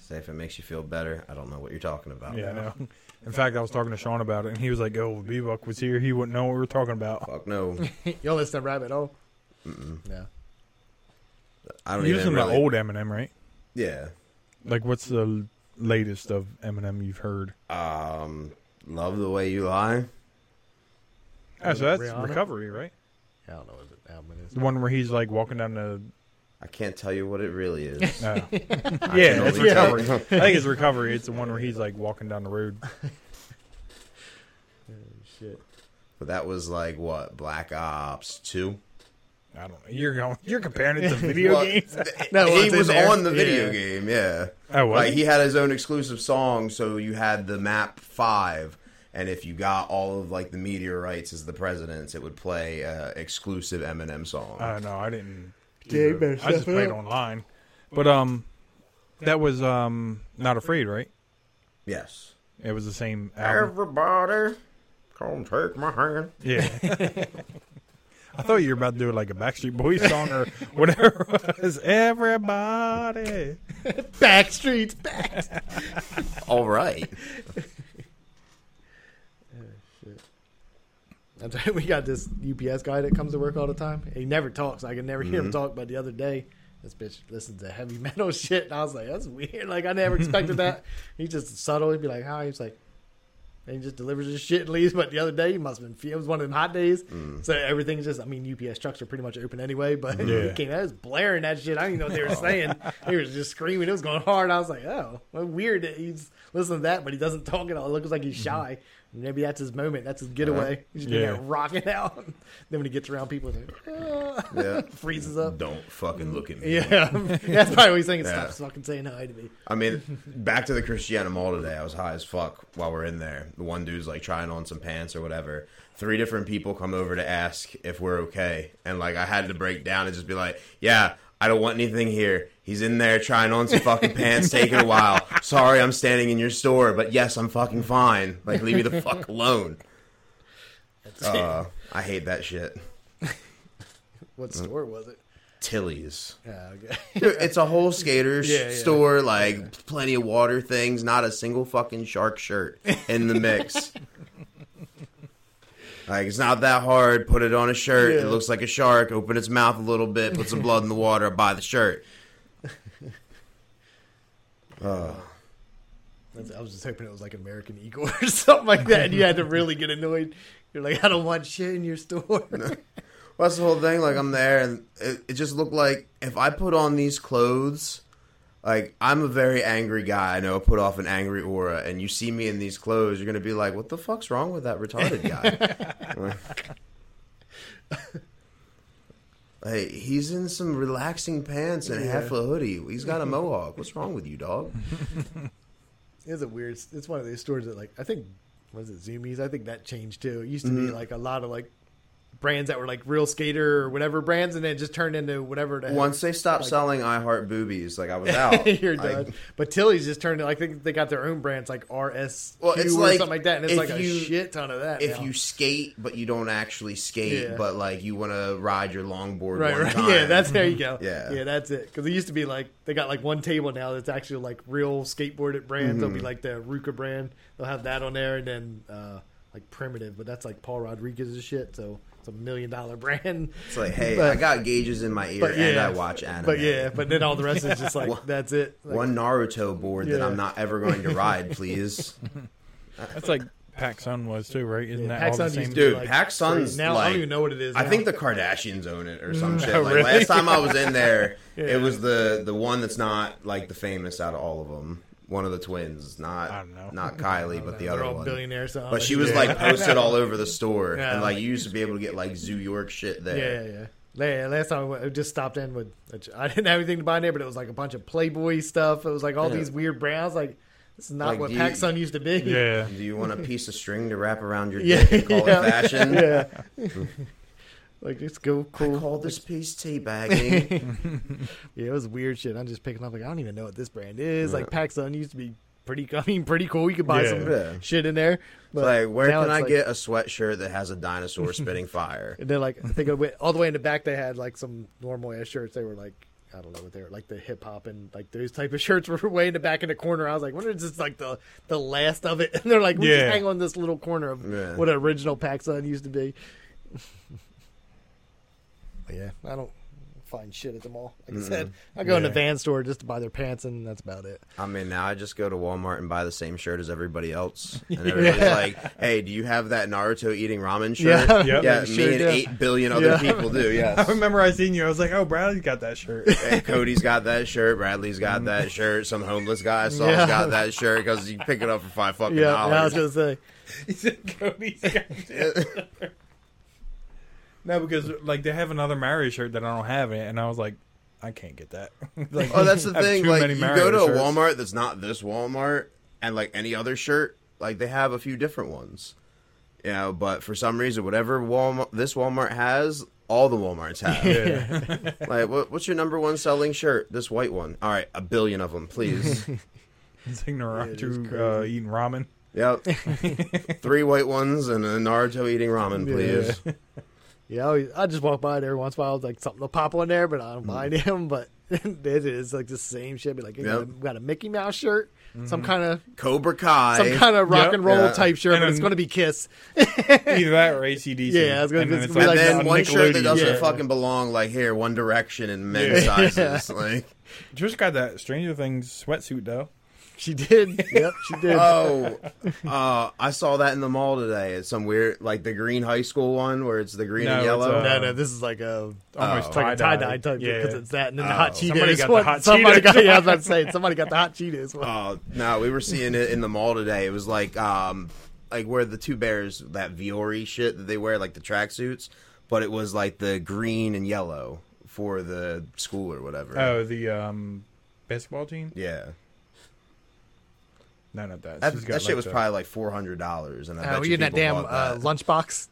Say if it makes you feel better, I don't know what you're talking about. Yeah, I know. In fact, I was talking to Sean about it, and he was like, "Oh, if Bebop was here, he wouldn't know what we were talking about." Fuck no. Y'all listen to Rabbit Hole? Mm-mm. No. I don't You even listen to really. old Eminem, right? Yeah. Like, what's the latest of Eminem you've heard? Um, love the way you lie. Oh, so that's Rihanna? Recovery, right? I don't know what the album is. The one where he's like walking down the. uh, I can't tell you what it really is. No. I yeah, can that's only tell- Recovery. I think it's Recovery. It's the one where he's like walking down the road. Oh, shit. But that was like what Black Ops Two. I don't know. You're going. You're comparing it to video Well, games. No, well, he it's in was there. on the video Yeah. game. Yeah. Oh, was like he? he had his own exclusive song, so you had the map five, and if you got all of like the meteorites as the presidents, it would play uh, exclusive Eminem song. Uh, no, I didn't. do Yeah, you the- better I just step it played up. online, but um, that was um, not afraid, right? yes, It was the same album. everybody, come take my hand. Yeah. I thought you were about to do like a Backstreet Boys song or whatever it was. Everybody. Backstreet's back. All right, I'm sorry, we got this UPS guy that comes to work all the time. He never talks. I can never hear him talk. But the other day, this bitch listens to heavy metal shit, and I was like, "That's weird. Like I never expected that." He just subtle. He'd be like, "Hi." He's like, and he just delivers his shit and leaves. But the other day, he must have been. fe- It was one of them hot days, so everything's just. I mean, UPS trucks are pretty much open anyway. But Yeah. he came out, was blaring that shit. I didn't even know what they were saying. they were just screaming. It was going hard. I was like, "Oh, well, weird." That he's listening to that, but he doesn't talk at all. It looks like he's shy. Maybe that's his moment. That's his getaway. He's just Yeah. yeah. rocking out. then when he gets around people, it's like, "Ah," yeah. freezes up. Don't fucking look at me. Yeah, that's probably what he's thinking. Mm-hmm. Yeah. Stop fucking saying hi to me. I mean, back to the Christiana Mall today. I was high as fuck while we're in there. The one dude's like trying on some pants or whatever. Three different people come over to ask if we're okay, and like I had to break down and just be like, "Yeah, I don't want anything here." He's in there trying on some fucking pants, taking a while. Sorry, I'm standing in your store, but yes, I'm fucking fine. Like, leave me the fuck alone. Uh, I hate that shit. What store was it? Tilly's. Yeah, okay. Dude, it's a whole skaters Yeah, yeah. store, like plenty of water things, not a single fucking shark shirt in the mix. like it's not that hard. Put it on a shirt. It Yeah. looks like a shark. Open its mouth a little bit. Put some blood in the water. Buy the shirt. That's- I was just hoping it was like American Eagle or something like that. And you had to really get annoyed. You're like, I don't want shit in your store. Well, that's the whole thing. Like I'm there, and it, it just looked like if I put on these clothes, like I'm a very angry guy. I know I put off an angry aura, and you see me in these clothes, you're gonna be like, "What the fuck's wrong with that retarded guy?" hey, he's in some relaxing pants and half a hoodie. He's got a mohawk. What's wrong with you, dog? It's a weird. It's one of these stores that like I think was it Zoomies. I think that changed too. It used to Mm-hmm. be like a lot of like brands that were like real skater or whatever brands, and then it just turned into whatever. The Once they stopped selling I Heart Boobies, like I was out. you're Like, done. But Tilly's just turned. Like they, they got their own brands like RS Well, or it's like, something like that, and it's if like a you- shit ton of that. if now. you skate but you don't actually skate Yeah. but like you want to ride your longboard Right, one right. time. Yeah, that's there you go. Yeah. yeah, that's it. Because it used to be like they got like one table now that's actually like real skateboarded brands. They'll Mm-hmm. be like the Ruka brand. They'll have that on there, and then uh, like Primitive, but that's like Paul Rodriguez's shit. So it's a million dollar brand. it's like hey But- i got gauges in my ear but and yeah. i watch anime But yeah, but then all the rest is just like One- that's it. Like, one naruto board that Yeah. i'm not ever going to ride please That's like Pac Sun was too, right? Isn't Yeah, that all Pac-Sun the used same? to be Dude, Pac-Sun's, now I like- don't even know what it is. I now. think the Kardashians own it or some shit. Oh, Like really? last time I was in there, Mm, Yeah. it was the the one that's not like the famous out of all of them. One of the twins, not I don't know. not Kylie, but the they're other all one. billionaires. So But she was like posted all over the store, Yeah. and like you used to be able to get like Zoo York shit there. Yeah, yeah, yeah. La- yeah. Last time I, went, I just stopped in with, I didn't have anything to buy in there, but it was like a bunch of Playboy stuff. It was like all Yeah. these weird brands. Like this is not Like, what do you- Pac Sun used to be. Yeah. Do you want a piece of string to wrap around your Yeah, dick and call yeah. it fashion? yeah. like it's go I cool. call this piece teabagging. Yeah, it was weird shit. I'm just picking up like I don't even know what this brand is. Like Pac Sun used to be pretty. I mean, pretty cool. You could buy Yeah. some Yeah. shit in there. But like, where now can it's I like- get a sweatshirt that has a dinosaur spitting fire? And then like I think I went all the way in the back. They had like some normal ass shirts. They were like I don't know what they were like the hip hop and like those type of shirts were way in the back in the corner. I was like, wonder is this like the the last of it? And they're like, we Yeah. just hang on this little corner of Yeah. what an original Pac Sun used to be. But yeah, I don't find shit at the mall. Like I said, I go in the Yeah. van store just to buy their pants, and that's about it. I mean, now I just go to Walmart and buy the same shirt as everybody else, and everybody's like, "Hey, do you have that Naruto eating ramen shirt?" Yeah. Yep. yeah, me Sure and do. eight billion other Yeah. people do. I Yes, remember I seen you. I was like, oh, Bradley's got that shirt. Hey, Cody's got that shirt. Bradley's got that shirt. Some homeless guy I saw has Yeah. got that shirt because you can pick it up for five fucking Yeah, I was dollars. gonna say, he said Cody's got No, because like they have another Mario shirt that I don't have, it, and I was like, I can't get that. like, oh, that's the I have thing. too Like, many you Mario go to shirts. a Walmart that's not this Walmart, and like any other shirt, like they have a few different ones. You know, but for some reason, whatever Walmart this Walmart has, all the WalMarts have. Yeah. Like, what, what's your number one selling shirt? This white one. All right, a billion of them, please. It's like Naruto crazy. uh, eating ramen. yep. Three white ones and a Naruto eating ramen, please. Yeah, I, always, I just walk by it every once in a while. Like something will pop on there, but I Mm. don't mind him. But it is like the same shit. Be like, you got, a, Yep. got a Mickey Mouse shirt, some kind of Cobra Kai. some kind of rock Yep. and roll Yeah. type shirt, And but it's a- going to be Kiss. Either that or ACDC. Yeah, I was gonna- and then it's it's gonna be like and on then one shirt that Nickelodeon. doesn't Yeah. fucking belong, like here, One Direction in men's sizes. Like, Trish got that Stranger Things sweatsuit though. She did. Yep, she did. oh, uh, I saw that in the mall today. It's some weird, like the green high school one where it's the green No, and it's, yellow. uh, no, no, this is like a Almost it's like a tie tie-dye. dye type Yeah. because it's that and then the hot Oh. Cheetos. Somebody got the one. hot somebody Cheetos. got. Yeah, I was about to say somebody got the hot Cheetos. One. Oh no, we were seeing it in the mall today. It was like um like where the two bears that Viore shit that they wear, like the tracksuits, but it was like the green and yellow for the school or whatever. Oh, the um, basketball team. Yeah, No, not that. that, She's that got, shit like, was the- probably like four hundred dollars, and I uh, bet we you in that people damn bought that. uh, lunchbox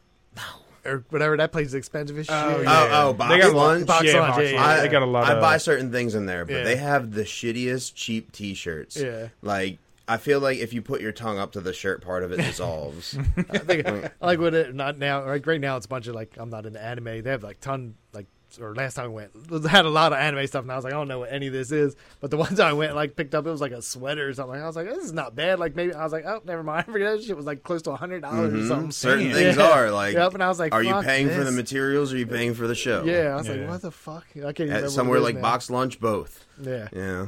or whatever that place is expensive as shit. Oh, yeah. Oh, oh, box they got lunch? Box Yeah, yeah, box box lunch. lunch. I, they got a lot. I of, buy certain things in there, but Yeah. they have the shittiest cheap T-shirts. Yeah. like I feel like if you put your tongue up to the shirt, part of it dissolves. Hmm? I think I like what it not now like right now it's a bunch of like I'm not into anime. They have like ton like or last time I went they had a lot of anime stuff and I was like I don't know what any of this is. But the ones I went like picked up it was like a sweater or something. I was like this is not bad. Like maybe I was like oh never mind. I forget that shit was like close to a hundred dollars or something. Mm-hmm. Certain Damn. things Yeah. are like. Yep, and I was like, are you fuck paying for this. the materials? Or are you paying for the show? Yeah, I was like Yeah. what the fuck. I can't even At remember what somewhere it is like now. box lunch, both. Yeah. Yeah,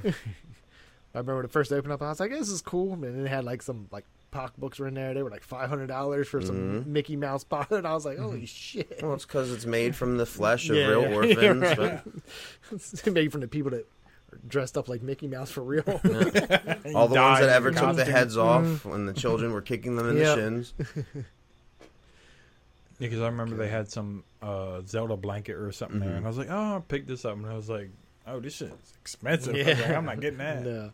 I remember when it first opened up. I was like this is cool. And then it had like some like pocketbooks were in there. They were like five hundred dollars for some Mm-hmm. Mickey Mouse pocket. And I was like holy shit. well, it's because it's made from the flesh of Yeah, real yeah. orphans. You're but Maybe from the people that are dressed up like Mickey Mouse for real. all the ones Died that ever in took the costume. heads Mm-hmm. off when the children were kicking them in Yeah. the shins. Yeah, because I remember they had some uh, Zelda blanket or something there, Mm-hmm. and I was like, "Oh, I picked this up," and I was like, "Oh, this shit's expensive. I was like, Yeah. I'm not getting that." no.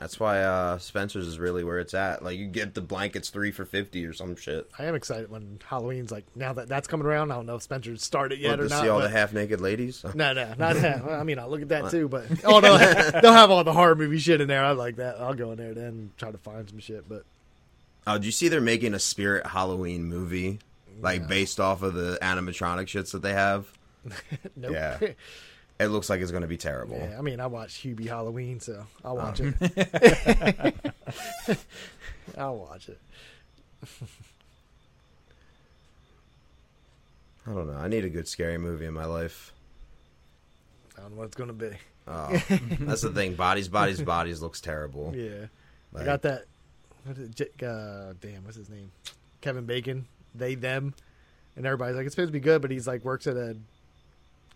That's why uh, Spencer's is really where it's at. Like you get the blankets three for fifty or some shit. I am excited when Halloween's like now that that's coming around. I don't know if Spencer's started Well, yet or to not. see all the but- half naked ladies. no, no, not that. Well, I mean, I'll look at that too, but oh no, they'll have all the horror movie shit in there. I like that. I'll go in there then and try to find some shit. But Oh, do you see they're making a Spirit Halloween movie, like based off of the animatronic shits that they have? nope. Yeah. It looks like it's going to be terrible. Yeah, I mean, I watch Hubie Halloween, so I'll watch Uh. it. I'll watch it. I don't know. I need a good scary movie in my life. I don't know what it's gonna be. Oh, that's the thing. Bodies, bodies, bodies looks terrible. Yeah, I Like- got that what is it, J- uh, damn, what's his name? Kevin Bacon. They them, and everybody's like, it's supposed to be good, but he's like works at a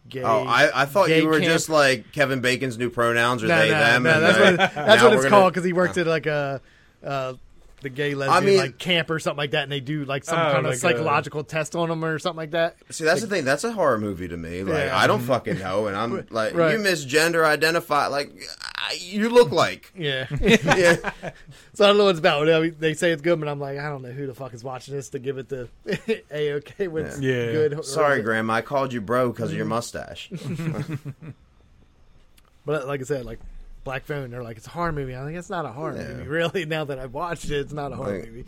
gay. Oh, I, I thought gay you were camp. just like Kevin Bacon's new pronouns or no, they no, them. No, and that's they- what, that's now what it's we're gonna- Oh. called because he worked at like a. Uh, the gay lesbian mean- like camp or something like that, and they do like some Oh, kind like of a- psychological test on them or something like that. See, that's the thing. That's a horror movie to me. Like, Yeah. I don't fucking know, and I'm like, Right. you misgender identify. Like, I- you look like. Yeah, Yeah. So I don't know what it's about. I mean, they say it's good, but I'm like, I don't know who the fuck is watching this to give it the a okay when it's Yeah. Yeah. good. or- Sorry, Grandma. I called you bro because of your mustache. But like I said, like Black Phone, they're like it's a horror movie. I think it's not a horror Yeah. movie, really. Now that I've watched it, it's not a horror Like, movie.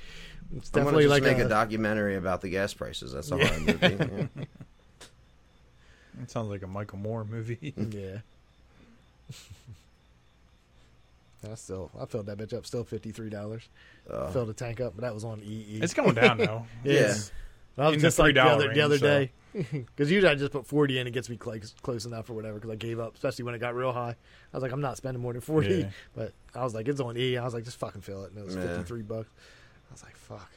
It's I'm gonna definitely just like make a, a- documentary about the gas prices. That's a horror movie. Yeah. It sounds like a Michael Moore movie. yeah. I still, I filled that bitch up. Still fifty three dollars. Uh, Filled the tank up, but that was on EE. it's going down now. yeah. I was in the just like the $3 other, the range, other so. day. Because usually I just put 40 in, it gets me close, close enough or whatever, because I gave up, especially when it got real high. I was like, I'm not spending more than 40. Yeah. But I was like, it's on E. I was like, just fucking fill it. And it was Yeah. 53 bucks. I was like, fuck.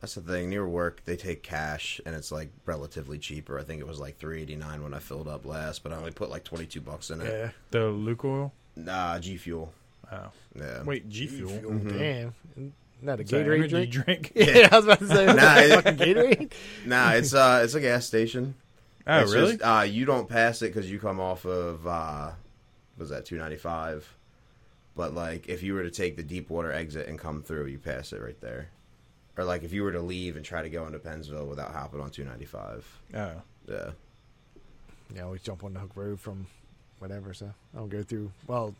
That's the thing. Near work, they take cash, and it's like relatively cheaper. I think it was like three eighty nine when I filled up last, but I only put like twenty two bucks in it. Yeah. The Lukoil. Nah, G Fuel. Oh, Yeah. wait, G Um, Fuel. Fuel. Mm-hmm. Damn. Isn't that a Is that Gatorade energy drink? drink? yeah, I was about to say, isn't that Nah, it- fucking Gatorade? Nah, it's uh, it's a gas station. Oh, It's really? just, uh, you don't pass it because you come off of uh, was that two ninety five? But like, if you were to take the deep water exit and come through, you pass it right there. Or like, if you were to leave and try to go into Pennsville without hopping on two ninety five. oh, Yeah. Yeah, I always jump on the Hook Road from whatever, so I don't go through. Well,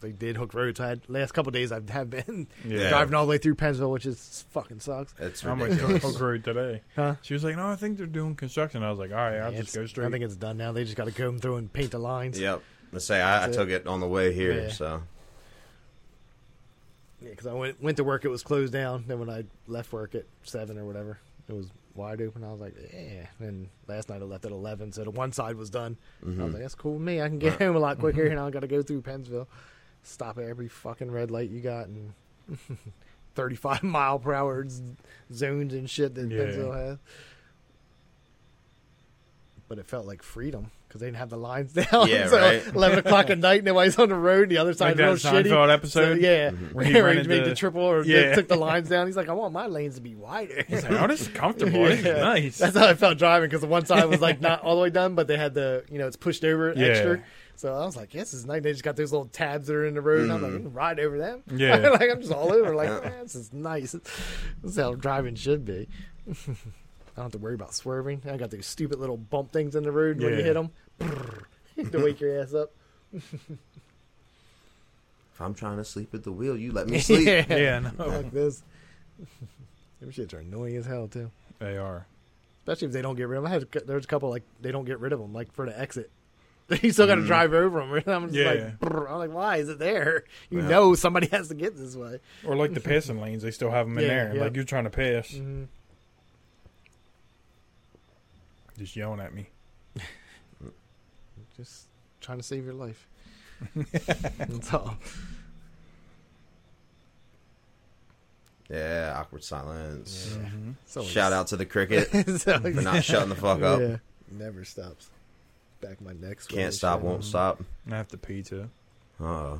they did Hook Road, so I had, last couple days I have been Yeah. driving all the way through Pennsville, which is fucking sucks. It's I'm ridiculous. like on Hook Road today. Huh? She was like, "No, I think they're doing construction." I was like, "All right, I'll Yeah, just it's- go straight." I think it's done now. They just got to go through and paint the lines. Yeah, Yep. Let's say I, I That's it. took it on the way here, Yeah. so because I went went to work, it was closed down. Then when I left work at seven or whatever, it was wide open. I was like, yeah. And last night I left at eleven, so the one side was done. mm-hmm. I Mm-hmm. was like, that's cool with me. I can get home a lot quicker, and I got to go through Pennsville, stop at every fucking red light you got, and thirty-five mile per hour z- zones and shit that Yeah. Pennsville has. But it felt like freedom because they didn't have the lines down. Yeah, so right. eleven o'clock at night, nobody's on the road. The other Like side that real shitty. Seinfeld episode. So, yeah, Where where he he, rented made the- the, triple or Yeah. they took the lines down. He's like, I want my lanes to be wider. He's like, "Oh, this is comfortable. This is Yeah. nice." That's how I felt driving because the one side was like not all the way done, but they had the you know it's pushed over Yeah. extra. So I was like, yes, it's nice. They just got those little tabs that are in the road, and I'm like, we can ride over them. Mm. Yeah. like I'm just all over. Like man, this is nice. This is how driving should be. I don't have to worry about swerving. I got those stupid little bump things in the road when Yeah. you hit them to wake your ass up. if I'm trying to sleep at the wheel, you let me sleep. yeah, no, Fuck this. Them shits are annoying as hell too. they are. Especially if they don't get rid of them. I had, there's a couple like they don't get rid of them, like for the exit. You still got to drive over them. And I'm just Mm. Yeah. like, brr. I'm like, why is it there? You Yeah. know somebody has to get this way. Or like the passing lanes, they still have them in Mm-hmm. Yeah, there. yeah. Mm-hmm. Like you're trying to pass, just yelling at me. Just trying to save your life. That's all. Yeah, awkward silence. Mm-hmm. Mm-hmm. It's always- Shout out to the cricket It's always- for not shutting the fuck up. Yeah. Never stops. Back my neck. Can't stop, won't stop. And I have to pee too. Uh,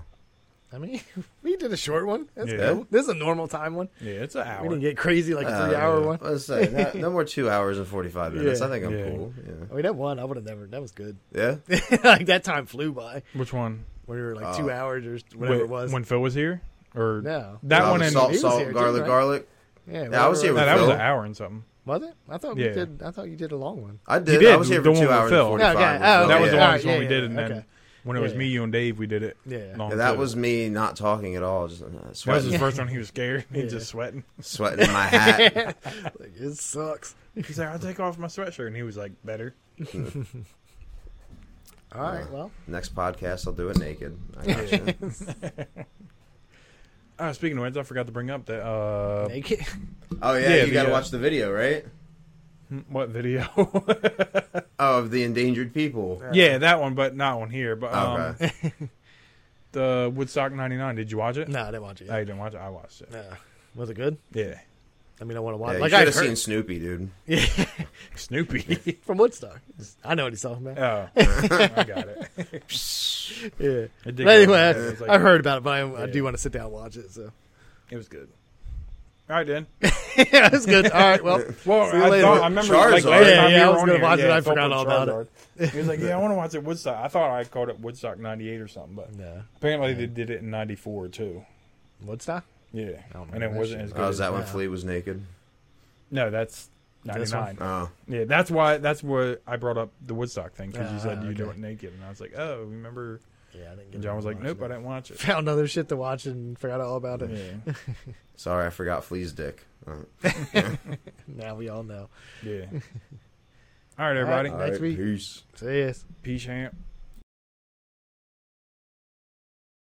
I mean, we did a short one. That's Yeah. cool. This is a normal time one. Yeah, it's an We hour. didn't get crazy like a uh, three hour yeah. one. Let's say no, no more two hours and forty five minutes. Yeah. I think I'm Yeah. cool. I mean, that one I would have never. That was good. Yeah. Yeah. like that time flew by. Which one? When we were like Uh, two hours or whatever Wait, it was. When Phil was here, or no, that Uh, one with and salt, he was salt, here too, garlic, right? garlic. yeah, I was here no, with that was Phil. an hour and something. Was it? I thought Yeah. we did. I thought you did a long one. I did. did, I was here the for one two with hours Phil. and forty five. Okay, oh, That was the yeah. one, Alright, that's one we yeah, did, yeah, and then okay. when it was Yeah, me, you, and Dave, we did it. Yeah. long Yeah, that too. was me not talking at all, just uh, That was sweating, his first one. He was scared. He Yeah. was just sweating. sweating in my hat. Like, it sucks. He's like, "I'll take off my sweatshirt," and he was like, "Better." All right. Yeah. Well, Next podcast, I'll do it naked. I gotcha. Uh, speaking of which, I forgot to bring up that uh, naked. oh yeah, Yeah, you the, got to uh, watch the video, right? hmm, what video? Oh, of the endangered people. Um, yeah, that one, but not one here. But um, Okay. uh, Woodstock '99. Did you watch it? No, I didn't watch it. I Yet. didn't watch it. I watched it. Nah. Was it good? Yeah, I mean, I want to Yeah, watch. you like should I have seen heard Snoopy, dude. Snoopy. from Woodstar. I know what he's talking about. oh, I got it. Yeah. It did But go anyway, on I, there. It was like- I heard about it, but I, I Yeah. do want to sit down and watch it. So it was good. All right, then. yeah, it's good. All right. Well, Well, See you I later. thought I remember like Charizard. last Yeah, time yeah, you I were was on gonna here, watch it, yeah, I felt forgot like all about Charizard. He was like, "Yeah, I want to watch it Woodstock." I thought I called it Woodstock '98 or something, but no. apparently they did it in '94 too. Woodstock. Yeah, and don't know it that wasn't shit. as good. Oh, is as- that when Yeah. Flea was naked? No, that's This one? '99. Oh, Yeah, that's why. That's what I brought up the Woodstock thing because you said Ah, you do okay. it naked, and I was like, "Oh, remember?" Yeah, I didn't. And John was like, around "Nope, I watching it. didn't watch it." Found other shit to watch and forgot all about it. Yeah, sorry, I forgot Flea's dick. Oh. Now we all know. yeah. All right, everybody. Next Alright, week. Peace. So yes. Peace, champ.